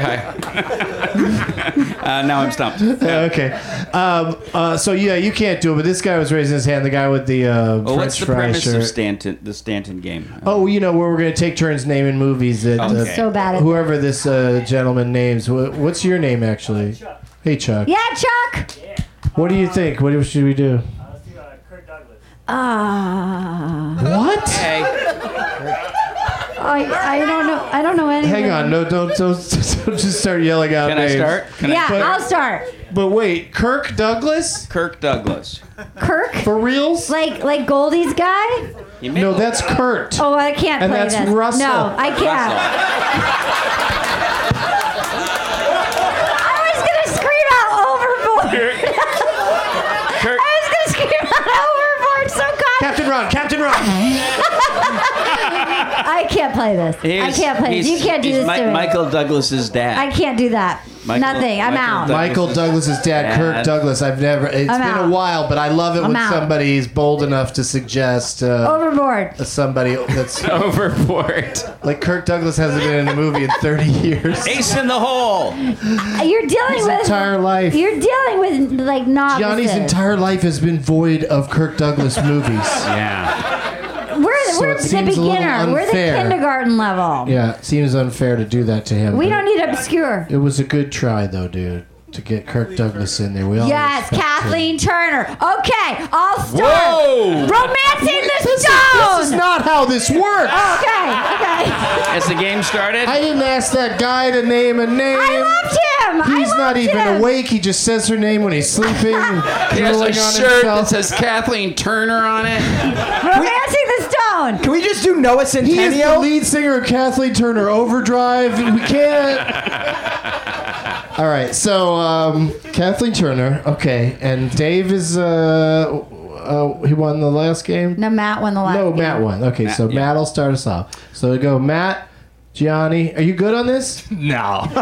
F: high.
G: Uh, now I'm stumped.
C: Yeah, okay. Um, uh, so yeah, you can't do it. But this guy was raising his hand. The guy with the uh,
G: Well,
C: French
G: what's the
C: fry
G: premise
C: shirt.
G: of Stanton? The Stanton game.
C: Oh, you know where we're gonna take turns naming movies that uh,
E: So bad at
C: whoever this uh, gentleman names. Wh- What's your name actually? Hey Chuck.
E: Yeah, Chuck.
C: What do you think? What do- should we do?
E: Ah.
C: What?
E: I, I don't know. I don't know anything.
C: Hang on. No, don't, don't, don't just start yelling out
G: Can I
C: names.
G: start? Can
E: Yeah,
C: But-
E: I'll start.
C: But wait, Kirk Douglas?
G: I? Kirk Douglas.
E: Kirk,
C: For reals?
E: like like Goldie's guy.
G: You may-
C: No, that's Kurt.
E: Oh, I can't
C: And
E: play
C: that's
E: this.
C: Russell.
E: No, I can't. I was gonna scream out overboard.
G: Kirk.
E: I was gonna scream out overboard so God.
C: Captain Ron, Captain Ron.
E: I can't play this. I
G: He's-
E: can't play this. You
G: he's-
E: can't do
G: he's
E: this
G: Mi-
E: to me.
G: Michael Douglas's dad.
E: I can't do that.
G: Michael-
E: Nothing. I'm
G: Michael
E: out.
G: Doug-
C: Michael Douglas's dad, Kirk
G: Dad.
C: Douglas. I've never. It's
E: I'm
C: been
E: out.
C: a while, but I love it
E: I'm
C: when
E: out. Oh.
C: somebody is bold enough to suggest uh,
E: overboard.
C: somebody that's
G: overboard.
C: like Kirk Douglas hasn't been in a movie in 30 years.
G: Ace in the hole.
E: You're dealing
C: His
E: with
C: entire life.
E: You're dealing with like novices.
C: Johnny's entire life has been void of Kirk Douglas movies.
F: Yeah.
E: We're,
C: so
E: we're
C: it
E: the
C: seems a little
E: beginner. We're the
C: unfair.
E: kindergarten level.
C: Yeah, it seems unfair to do that to him.
E: We
C: but-
E: don't need obscure.
C: It was a good try, though, dude, to get Kirk Douglas in there. We all
E: Yes,
C: respect him.
E: Kathleen Turner. Okay, I'll start.
F: Whoa!
E: Romancing the
C: This is
E: Stone.
C: not how this works.
E: okay, okay.
G: As the game started.
C: I didn't ask that guy to name a name.
E: I loved him. I
C: He's not
E: loved
C: even
E: him.
C: awake. He just says her name when he's sleeping. and
F: There's
C: drooling
F: a
C: on
F: shirt that
C: himself.
F: says Kathleen Turner on it.
E: Romancing the Stone.
H: Can we just do Noah
C: He is the
H: Centennial?
C: lead singer of Kathleen Turner Overdrive. We can't. All right, so um, Kathleen Turner, okay, and Dave is uh, uh, he won the last game.
E: No, Matt won the last.
C: No,
E: game.
C: Matt won. Okay, so Matt will start us off. So we go Matt, Gianni. Are you good on this?
H: No.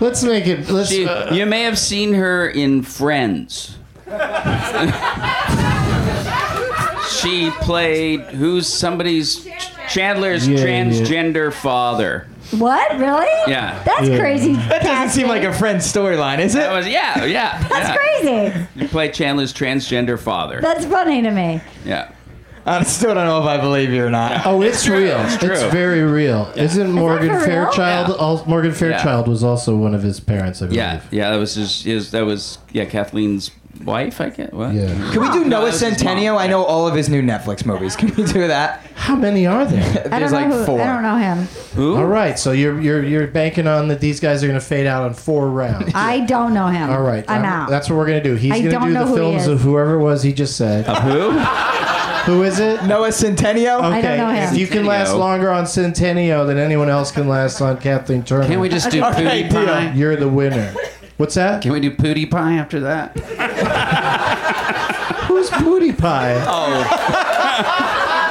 C: Let's make it. Let's.
G: She-
C: uh,
G: you may have seen her in Friends. she played who's somebody's Chandler's
C: Yeah, yeah.
G: transgender father.
E: What? Really?
G: Yeah.
E: That's
C: Yeah.
E: crazy.
H: That doesn't seem like a friend storyline, is
G: That
H: it?
G: was yeah, yeah.
E: That's
G: yeah.
E: crazy.
G: You played Chandler's transgender father.
E: That's funny to me.
G: yeah.
H: I still don't know if I believe you or not.
C: oh, it's real. It's,
G: true.
C: very real. Isn't Morgan
E: for real?
C: Fairchild?
G: Yeah.
C: al- Morgan Fairchild was also one of his parents, I believe.
G: Yeah, yeah, that was his, his that was yeah, Kathleen's wife, I guess. What?
C: Yeah.
H: Can we do Noah
G: this is
H: Centennial?
G: mine.
H: I know all of his new Netflix movies. Can we do that?
C: How many are there?
H: There's
E: I don't
H: like
E: know who,
H: four.
E: I don't know him.
G: Who?
C: All right, so you're you're you're banking on that these guys are going to fade out on four rounds.
E: I don't know him.
C: All right, I'm-
E: I'm, out.
C: That's what we're going to do. He's
E: I
C: going to
E: don't
C: do
E: know
C: the
E: who he
C: films
E: is.
C: of whoever it was he just said.
G: Who?
C: Who is it?
H: Noah Centennial?
C: Okay,
E: I don't know him.
C: if you can last longer on Centennial than anyone else can last on Kathleen Turner,
F: Can we just do
H: Okay,
F: Pootie
H: deal.
F: Pie?
C: You're the winner. What's that?
D: Can we do Pootie Pie after that?
C: Who's Booty Pie?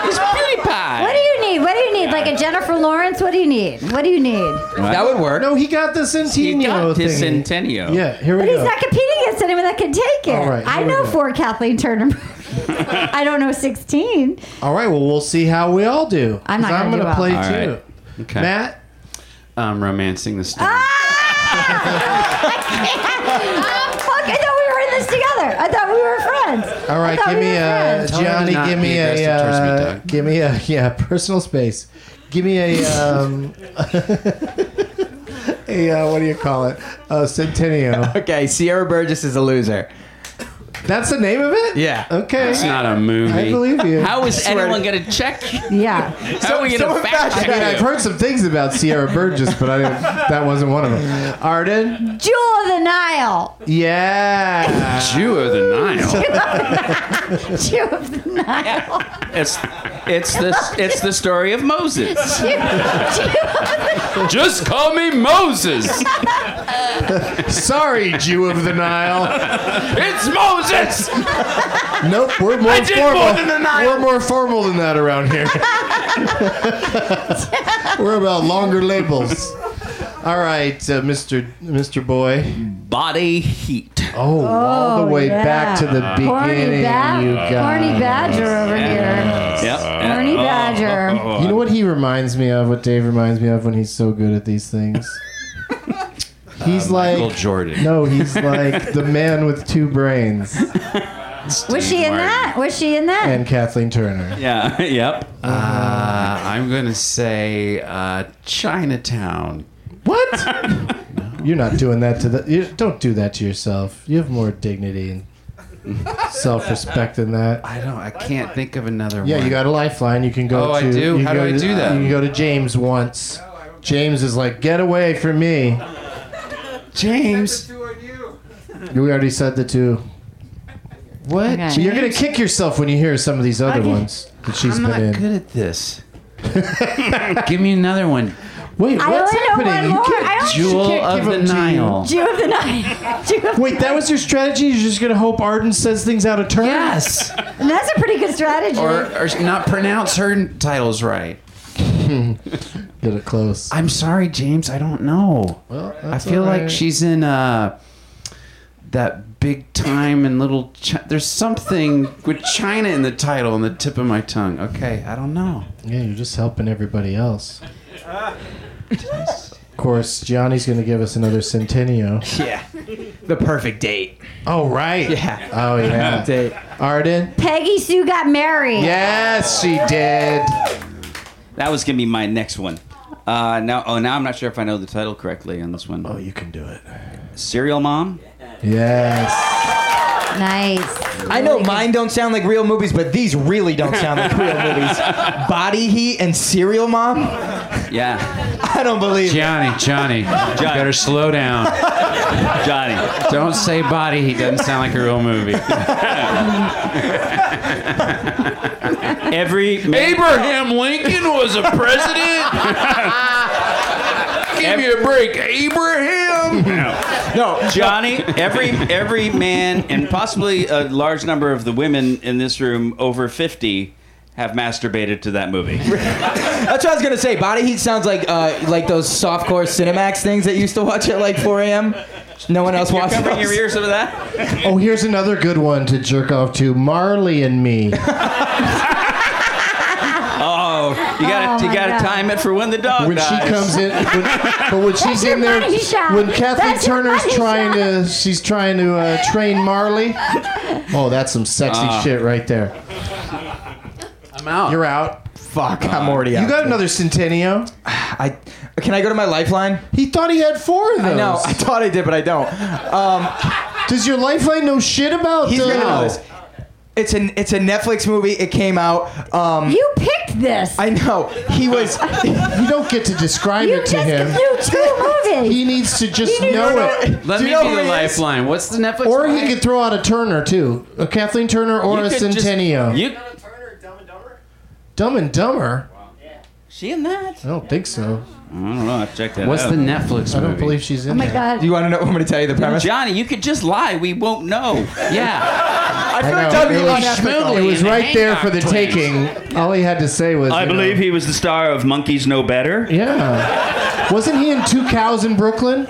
D: It's Pootie Pie.
E: What do you need? What do you need? Like a Jennifer Lawrence? What do you need? What do you need?
H: That would work.
C: No, he got the
G: He
C: Centennial
G: got his
C: thing.
G: centennial.
C: yeah, here we
E: But
C: go.
E: he's not competing against anyone that can take it.
C: All right,
E: I
C: here we
E: know
C: go.
E: four Kathleen Turner. I don't know 16.
C: All right, well, we'll see how we all do.
E: I'm not
C: 'Cause
E: gonna do
C: gonna
E: well.
C: play
D: All
C: too.
D: right. Okay.
C: Matt, Ah!
D: I'm romancing the stone.
E: Oh, fuck, Ah! I thought we were in this together. I thought we were friends.
C: all right,
E: I thought
C: give
E: we
C: me uh,
E: were
C: a
E: friends.
C: Johnny,
D: not
C: give
D: be
C: me a
D: aggressive towards me,
C: uh,
D: Doug.
C: give me a yeah personal space. Give me a um, a uh, what do you call it? A centennial.
H: Okay, Sierra Burgess is a loser.
C: That's the name of it.
H: Yeah.
C: Okay.
D: It's not a movie.
C: I believe you.
G: How is
H: to-
G: anyone going to check?
E: Yeah.
G: How are we going
H: someone
G: to fact
H: fact
C: I mean, I've
G: check you?
C: heard some things about Sierra Burgess, but I didn't, that wasn't one of them. Arden,
E: Jewel of the Nile.
C: yeah,
D: Jew of the Nile.
E: Jewel of the Nile.
G: It's it's the it's the story of Moses.
E: Jew, Jew of the
D: Just call me Moses.
C: sorry, Jew of the Nile.
D: It's Moses.
C: Nope, we're more
D: I did more
C: formal.
D: than the Nile.
C: We're more formal than that around here. we're about longer labels. All right, uh, Mr. Mr. Boy.
G: Body heat.
C: Oh, all the way
E: yeah.
C: back to the
E: Horny,
C: beginning,
E: ba-
C: you guys.
E: horny Badger over here.
G: Yep.
C: Uh.
E: Horny Badger.
C: You know what he reminds me of? What Dave reminds me of when he's so good at these things. He's like
D: Michael Jordan.
C: No, he's like the man with two brains
E: Was she in that? Was she in that?
C: and Kathleen Turner.
G: Yeah. Yep.
D: Uh, I'm gonna say uh, Chinatown.
C: What? You're not doing that to the. You, don't do that to yourself. You have more dignity and self-respect than that.
D: I don't. Oh, I can't think of another one.
C: Yeah, you got a lifeline. You can go.
D: Oh, I
C: to,
D: do?
C: you can
D: How do
C: go
D: I
C: to-
D: do that?
C: You can go to James once. James is like, get away from me.
D: James.
C: We already said the two.
D: What?
E: Okay.
C: But you're gonna kick yourself when you hear some of these other
E: Okay.
C: ones that she's
D: I'm
C: been
D: not
C: in.
D: good at this. Give me another one.
C: Wait,
E: I
C: what's
E: only know
C: happening?
E: one
C: You
E: more.
C: can't-
E: I only-
C: you
D: Jewel
C: can't
D: of
C: give
D: the
C: them to you.
D: Nile.
E: Jew of the Nile. Jew of
C: Wait, that was your strategy? You're just gonna hope Arden says things out of turn?
D: Yes.
E: And that's a pretty good strategy.
D: or, or not pronounce her titles right.
C: Get it close.
D: I'm sorry, James. I don't know.
C: Well,
D: I
C: that's
D: feel
C: all
D: like
C: right.
D: she's in uh, that big time and little. Chi- There's something with China in the title on the tip of my tongue. Okay, I don't know.
C: Yeah, you're just helping everybody else. of course, Gianni's gonna give us another Centennial.
H: Yeah. The perfect date.
C: Oh right.
H: Yeah.
C: Oh yeah.
H: Date.
C: Arden.
E: Peggy Sue got married.
C: Yes, she did.
G: That was gonna be my next one. Uh, now, oh, now I'm not sure if I know the title correctly on this one.
C: Oh, you can do it.
G: Serial mom.
C: Yes.
E: Nice.
H: I know mine don't sound like real movies, but these really don't sound like real movies. Body Heat and Serial Mom?
G: Yeah,
H: I don't believe it.
D: Johnny, Johnny, you better slow down.
G: Johnny.
D: Don't say body. He doesn't sound like a real movie.
G: Every
D: Abraham Lincoln was a president. Give me a break, Abraham.
H: No.
G: Johnny, every every man and possibly a large number of the women in this room over 50 have masturbated to that movie.
H: That's what I was gonna say. Body Heat sounds like uh, like those softcore Cinemax things that you used to watch at like 4 a.m. No one else
G: You're
H: watches
G: covering your
H: those.
G: ears over that?
C: Oh, here's another good one to jerk off to. Marley and me.
G: Oh, you got to
E: Oh,
G: you
E: my
G: got to
E: God. time
G: time it for when the dog
C: when she comes in, when, but when she's
E: your
C: in there,
E: money shot.
C: when Kathleen
E: That's your
C: Turner's
E: money
C: trying
E: shot.
C: to, she's trying to uh, train Marley. Oh, that's some sexy shit right there.
D: I'm out.
C: You're out.
H: Fuck, I'm already out.
C: You got another Centennial.
H: I can I go to my lifeline?
C: He thought he had four of those.
H: I know. I thought I did, but I don't.
C: Does your lifeline know shit about
H: He's
C: those?
H: gonna know this. It's an it's a Netflix movie. It came out. Um,
E: You picked this.
H: I know he was.
C: You don't get to describe
E: you
C: it
E: just
C: to him.
E: knew two movies.
C: He needs to just
E: needs
C: know
E: to
C: it.
D: Let
H: Do
D: me
H: you know
D: be
H: who
D: the
H: he is?
D: lifeline. What's the Netflix?
C: Or he
D: line?
C: could throw out a Turner too, a Kathleen Turner or a Centennial.
G: You
C: Dumb and Dumber.
G: She in that?
C: I don't think so.
G: I don't know. I'll check that
D: What's
G: out.
D: the Netflix
C: I
D: movie?
C: don't believe she's in
E: Oh my
C: there.
H: Do
E: god.
H: you want to know? I'm going to tell you the premise.
G: Johnny, you could just lie. We won't know.
D: Yeah.
H: I
C: I know,
H: feel
C: it
H: like
C: was-
D: Schmoogly
C: It was
D: and the
C: right there for the
D: Hancock
C: taking. All he had to say was,
G: I
C: you know,
G: believe he was the star of Monkeys Know Better.
C: Yeah. Wasn't he in Two Cows in Brooklyn?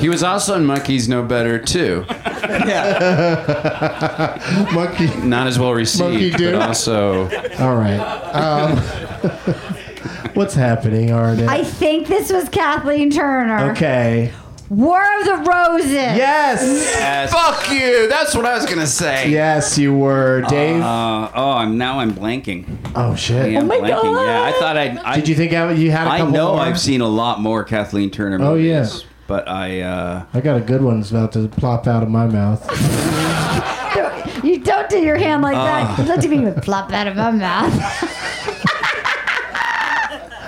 D: He was also in Monkeys Know Better too.
H: yeah.
C: Monkey.
D: Not as well
C: Monkey
D: received,
C: do.
D: but also
C: All right. Um, what's happening, Arden?
E: I think this was Kathleen Turner.
C: okay.
E: War of the Roses.
C: Yes.
D: fuck you. That's what I was gonna say.
C: Yes, you were, Dave.
G: Uh, oh, I'm now I'm blanking.
C: oh shit.
G: Yeah, I'm
E: my
G: blanking.
E: God.
G: Yeah, I thought I'd, I.
C: Did you think I, you had a
G: I
C: couple
G: know
C: more?
G: I've seen a lot more Kathleen Turner movies.
C: Oh, yeah.
G: But I. Uh,
C: I got a good one that's about to plop out of my mouth.
E: You don't do your hand like that. It looked at me and went, flop out of my mouth.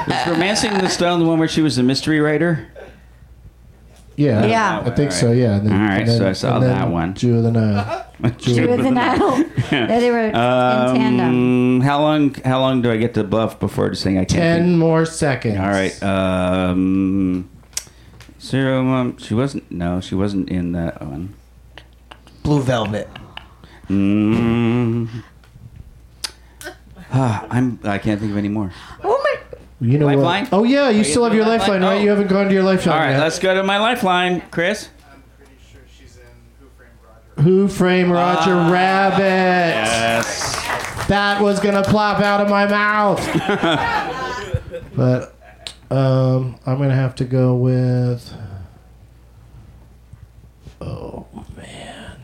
G: is Romancing the Stone the one where she was a mystery writer?
C: Yeah.
E: Yeah.
C: I think so, yeah. And then-
G: All right,
C: and then-
G: so I saw
C: and then
G: that one.
C: Jew of the Nile.
E: She was an idol. Yeah, they were in tandem.
G: Um, how long? How long do I get to bluff before just saying I can't? be-
C: Ten more seconds.
G: All right. Um, Sarah, um, she wasn't. No, she wasn't in that one.
H: Blue Velvet.
G: Mm. Ah, I'm. I can't think of any more.
E: Oh my.
C: You know
G: Lifeline?
C: what? Oh yeah, you still have your
G: doing
C: lifeline,
G: lifeline?
C: right?
G: Oh.
C: You haven't gone to your lifeline
G: All right,
C: yet.
G: let's go to my lifeline, Chris.
C: Who framed Roger Rabbit?
G: Yes.
C: That was gonna plop out of my mouth. but um, I'm gonna have to go with. Oh man,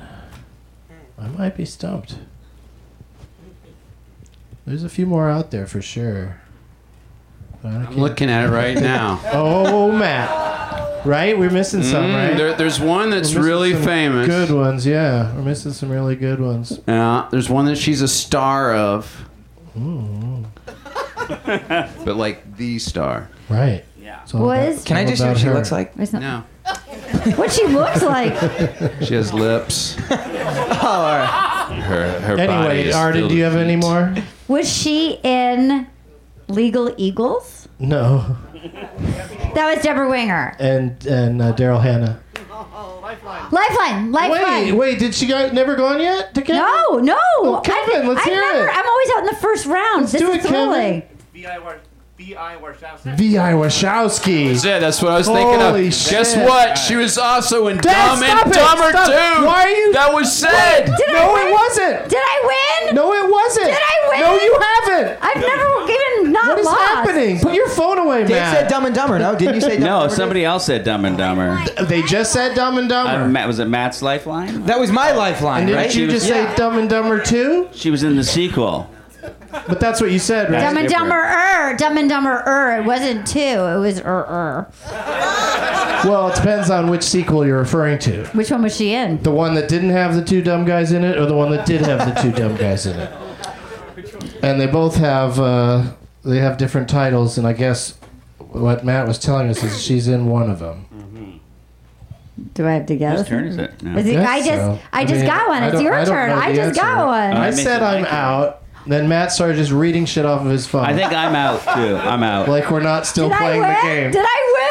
C: I might be stumped. There's a few more out there for sure. But I
D: I'm
C: can't-
D: looking at it right now.
C: Oh Matt, right? We're missing some,
D: Mm,
C: right?
D: there- there's one that's
C: We're missing
D: really
C: some
D: famous.
C: Good ones, yeah. We're missing some really good ones.
D: Yeah, there's one that she's a star of.
C: Hmm.
D: but like the star.
C: Right.
G: Yeah.
C: It's all
E: What
C: about-
E: is?
H: Can I
C: all
H: just see what
C: about
H: she
C: her.
H: looks like?
E: Where's not,
D: No.
E: What she looks like.
D: She has lips. Her her body
C: Anyway,
D: is
C: Arden,
D: filled
C: do you have
D: with
C: any
D: heat.
C: more?
E: Was she in Legal Eagles?
C: No.
E: That was Deborah Winger.
C: And and uh, Daryl Hannah.
E: Lifeline. Lifeline.
C: Wait, wait, did she go, never gone yet? To Kevin?
E: No, no.
C: Oh, Kevin,
E: I've-
C: let's
E: I've
C: hear
E: never,
C: it.
E: I'm always out in the first round. this
C: do
E: is
C: it, Kevin.
E: thrilling.
C: V.I. Wachowski.
D: Yeah, that's what I was thinking
C: Holy
D: of. Guess
C: shit.
D: what? She was also in
C: Dad,
D: Dumb
C: stop
D: and
C: it.
D: Dumber
C: Stop.
D: 2.
C: Why are you-
D: That was said.
E: Did I
C: No,
E: win?
C: it wasn't.
E: Did I win?
C: No, it wasn't.
E: Did I win?
C: No, you haven't.
E: I've never even not
C: What is
E: lost.
C: happening? Put your phone away,
H: Dave
C: Matt.
H: said Dumb and Dumber. No, didn't you say Dumb
G: No,
H: and Dumber?
G: Oh, somebody else said Dumb and Dumber.
C: they just said Dumb and
G: Uh,
C: Dumber.
G: Matt, was it Matt's lifeline?
H: That was my lifeline,
C: and didn't
H: right?
C: you just say Dumb and Dumber too?
G: She was in the sequel.
C: But that's what you said, right?
E: Dumb and
G: Different.
E: Dumber er, Dumb and Dumber er. It wasn't two. It was er er.
C: Well, it depends on which sequel you're referring to.
E: Which one was she in?
C: The one that didn't have the two dumb guys in it, or the one that did have the two dumb guys in it. And they both have uh, they have different titles, and I guess what Matt was telling us is she's in one of them.
E: Do I have to guess?
G: Whose turn is it? No.
E: Is it- I
C: Guess
E: just,
C: so.
E: I
C: I
E: just
C: mean,
E: got one.
C: I
E: It's
C: don't-
E: your
C: I don't
E: turn.
C: know
E: I
C: the
E: just got
C: answer.
E: one.
C: I
G: I'm
C: said
G: missing
C: I'm
G: that.
C: out. Then Matt started just reading shit off of his phone.
G: I think I'm out too. I'm out.
C: like we're not still
E: Did I
C: playing
E: win?
C: the game.
E: Did I win?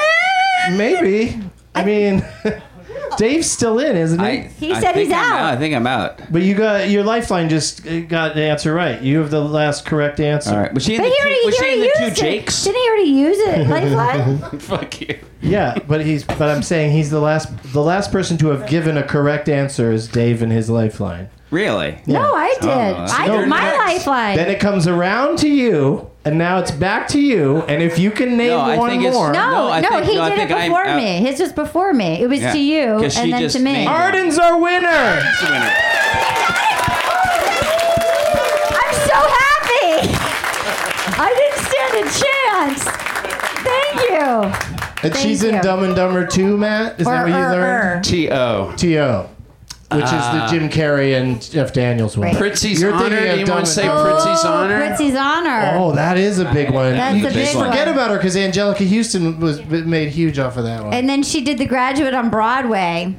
C: Maybe. I mean, Dave's still in, isn't he?
G: I,
E: He
G: I
E: said
G: think
E: he's
G: I'm
E: out.
G: I think I'm out.
C: but you got your lifeline just uh, got the answer right. You have the last correct answer.
G: All right. Was she in
E: But
G: the
E: he
G: two,
E: already,
G: was
E: he
G: she in
E: already
G: the two
E: used it.
G: Jakes?
E: Didn't he already use it? Lifeline?
D: Fuck you.
C: Yeah, but he's but I'm saying he's the last the last person to have given a correct answer is Dave and his lifeline.
G: Really?
E: No, I did. I
C: No,
E: did my
C: next.
E: lifeline.
C: Then it comes around to you, and now it's back to you. And if you can name
G: No, I
C: one
G: think it's-
C: more,
E: no,
G: No,
E: no,
G: I think-
E: he
G: no, I
E: did it
G: think I'm
E: before
G: out.
E: me. His was before me. It was
G: Yeah.
E: to you
G: 'Cause she
E: and then
G: just
E: to me.
G: named it.
C: Arden's our winner.
G: She's the winner.
E: I'm so happy. I didn't stand a chance. Thank you.
C: And she's in
E: you.
C: Dumb and Dumber 2, Matt. Is that
E: Er,
C: what you
E: er,
C: learned?
D: T.O.
C: T.O., which
G: Uh,
C: is the Jim Carey and Jeff Daniels one.
E: Right.
D: Pritzy's
C: You're thinking
D: honor.
C: of
D: Do you
C: Dumb
D: want
C: and
D: to say
C: Dumber.
D: Pritzy's honor?
E: Ritzy's Oh, honor.
C: Oh, that is a big one.
E: That's
C: you
E: a
C: just
E: big
C: forget
E: one.
C: about her because Angelica Houston was made huge off of that one.
E: And then she did The Graduate on Broadway.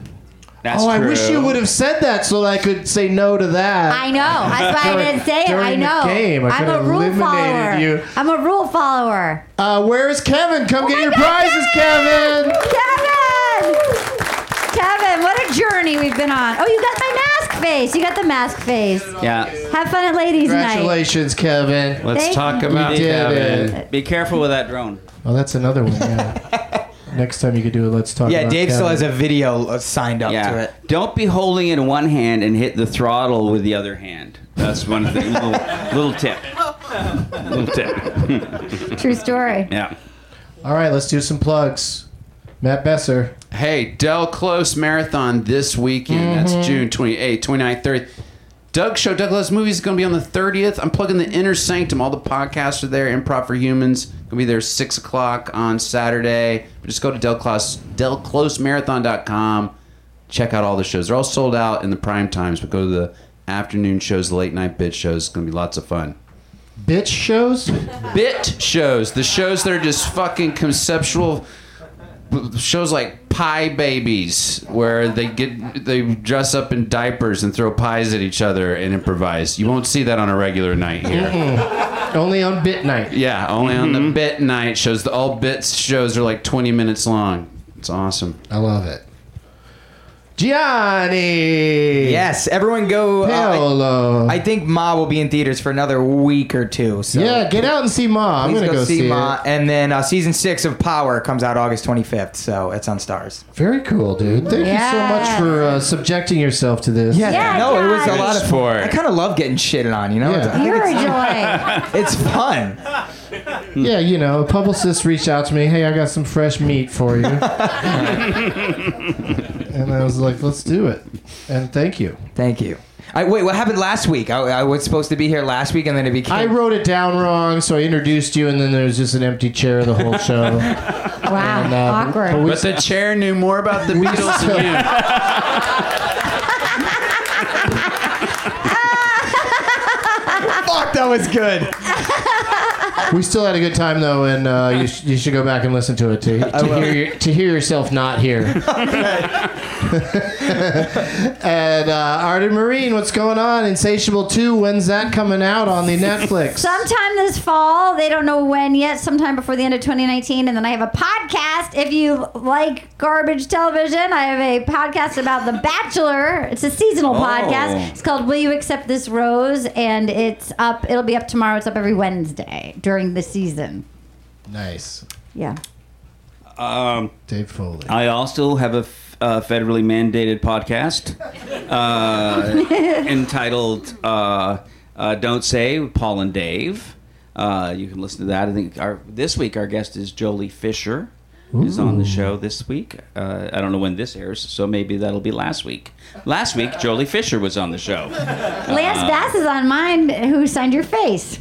G: That's
C: Oh, I
G: true.
C: wish you would have said that so that I could say no to that.
E: I know. That's why I didn't say it. I
C: During the
E: know.
C: game, I
E: am
C: could've
E: a rule
C: eliminated
E: follower.
C: you.
E: I'm a rule follower.
C: Uh, where is Kevin? Come get
E: Oh my
C: your
E: God,
C: prizes, Kevin!
E: Kevin! Kevin, what a journey we've been on. Oh, you got my mask face. You got the mask face.
G: Yeah.
E: Have fun at ladies' night.
C: Congratulations, Kevin.
F: Let's
E: Thank
F: talk
E: you.
F: about
C: You did
F: Kevin.
C: it.
G: Be careful with that drone.
C: Oh, that's another one. Yeah. Next time you could do it, let's talk
H: Yeah,
C: about
H: Dave still
C: Kevin.
H: has a video uh, signed up to
G: Yeah.
H: it.
G: Don't be holding it in one hand and hit the throttle with the other hand. That's one thing. little, little tip. Little tip.
E: True story.
G: Yeah.
C: All right, let's do some plugs. Matt Besser.
F: Hey, Del Close Marathon this weekend. That's June 28th, 29th, 30th. Doug Show, Doug Loves Movies is going to be on the 30th. I'm plugging the Inner Sanctum. All the podcasts are there. Improv for Humans. Going to be there 6 o'clock on Saturday. Just go to Del Close, delclosemarathon.com. Check out all the shows. They're all sold out in the prime times, but go to the afternoon shows, the late night bit shows. It's going to be lots of fun
C: Bitch shows?
F: bit shows, the shows that are just fucking conceptual shows like Pie Babies, where they get they dress up in diapers and throw pies at each other and improvise. You won't see that on a regular night here.
C: Only on bit night.
F: yeah, only on the bit night shows. The all bits shows are like twenty minutes long. It's awesome.
C: I love it. Gianni.
H: Yes, everyone go. Uh,
C: Paolo.
H: I think Ma will be in theaters for another week or two. So
C: yeah, get out and see Ma. I'm
H: please
C: gonna go, see, Ma.
H: Ma. And then uh, season six of Power comes out August 25th, so it's on Stars.
C: Very cool, dude. Thank you
E: Yes.
C: so much for uh, subjecting yourself to this.
E: Yeah,
H: no, it was a
E: guys.
H: lot of
F: for
H: I kind of love getting shitted on, you know?
C: Yeah.
H: It's- I think
E: You're a joy.
H: It's, it's fun.
C: yeah. You know, a publicist reached out to me. Hey, I got some fresh meat for you. and I was like, let's do it. And thank you.
H: Thank you. I, wait, what happened last week? I, I was supposed to be here last week, and then it became.
C: I wrote it down wrong, so I introduced you, and then there was just an empty chair the whole show.
E: Wow.
C: And, uh,
E: Awkward.
C: but we-
F: But the chair knew more about the Beatles than you.
H: Fuck, that was good.
C: We still had a good time though, and uh, you, sh- you should go back and listen to it to, to
H: will.
C: hear your, to hear yourself not here. and uh, Arden Marine, what's going on? Insatiable Two, when's that coming out on the Netflix?
E: Sometime this fall, they don't know when yet, sometime before the end of 2019. And then I have a podcast. If you like garbage television, I have a podcast about The Bachelor. It's a seasonal podcast. It's called Will You Accept This Rose? And it's up, it'll be up tomorrow. It's up every Wednesday during the season.
C: nice,
E: Yeah.
G: Um,
C: Dave Foley.
G: I also have a f- uh, federally mandated podcast uh, entitled uh, uh, "Don't Say" with Paul and Dave. Uh, you can listen to that. I think our this week our guest is Jolie Fisher. Is on the show this week. Uh, I don't know when this airs, so maybe that'll be last week. Last week, Jolie Fisher was on the show.
E: Lance Bass is on mine. Who signed your face?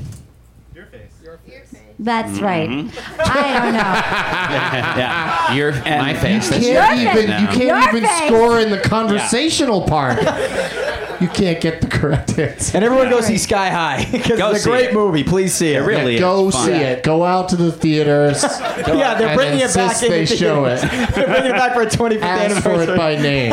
E: Your face. That's right. I don't know.
G: Yeah,
F: Your my face.
C: you
F: That's
C: can't
E: Your
C: even
E: face.
C: you
E: Your
C: can't even
E: face.
C: score in the conversational part. you can't get the correct answer.
H: And everyone go see Sky High because
G: Go
H: it's a
G: see
H: great
G: it.
H: movie. Please see it.
G: it really is
C: Go
G: fun.
C: see it. Go out to the theaters.
H: Yeah, they're
C: and
H: bringing it
C: insist
H: back. in
C: They
H: the
C: show
H: theaters.
C: it.
H: they're bringing it back for a 25th
C: Ask for
H: anniversary.
C: it by name.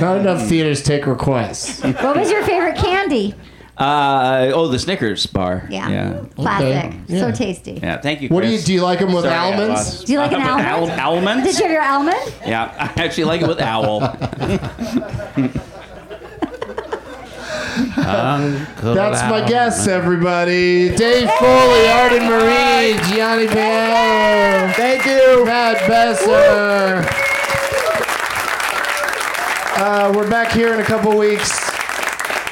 C: Not enough theaters take requests.
E: What was your favorite candy?
G: Uh, oh, the Snickers bar.
E: Yeah.
G: yeah,
E: Classic.
C: Yeah.
E: So tasty.
G: Yeah, Thank you.
C: What do you
G: Chris.
C: do? You like them with
G: Sorry, I
C: almonds?
G: lost-
E: Do you like an
G: Al-
E: almond?
G: almonds?
E: Did you have your almond?
G: Yeah, I actually like it with owl.
C: That's my guess, everybody. Dave Foley, Arden Marie, Gianni Paolo. Thank you. Matt Besser. Uh, we're back here in a couple weeks.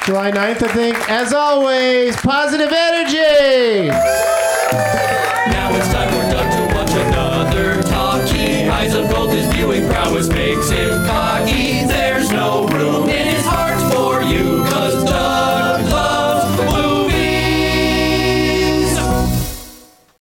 C: July 9th, I think. As always, positive energy.
B: Now it's time for Doug to watch another talkie. Eyes of gold, his viewing prowess makes him caught.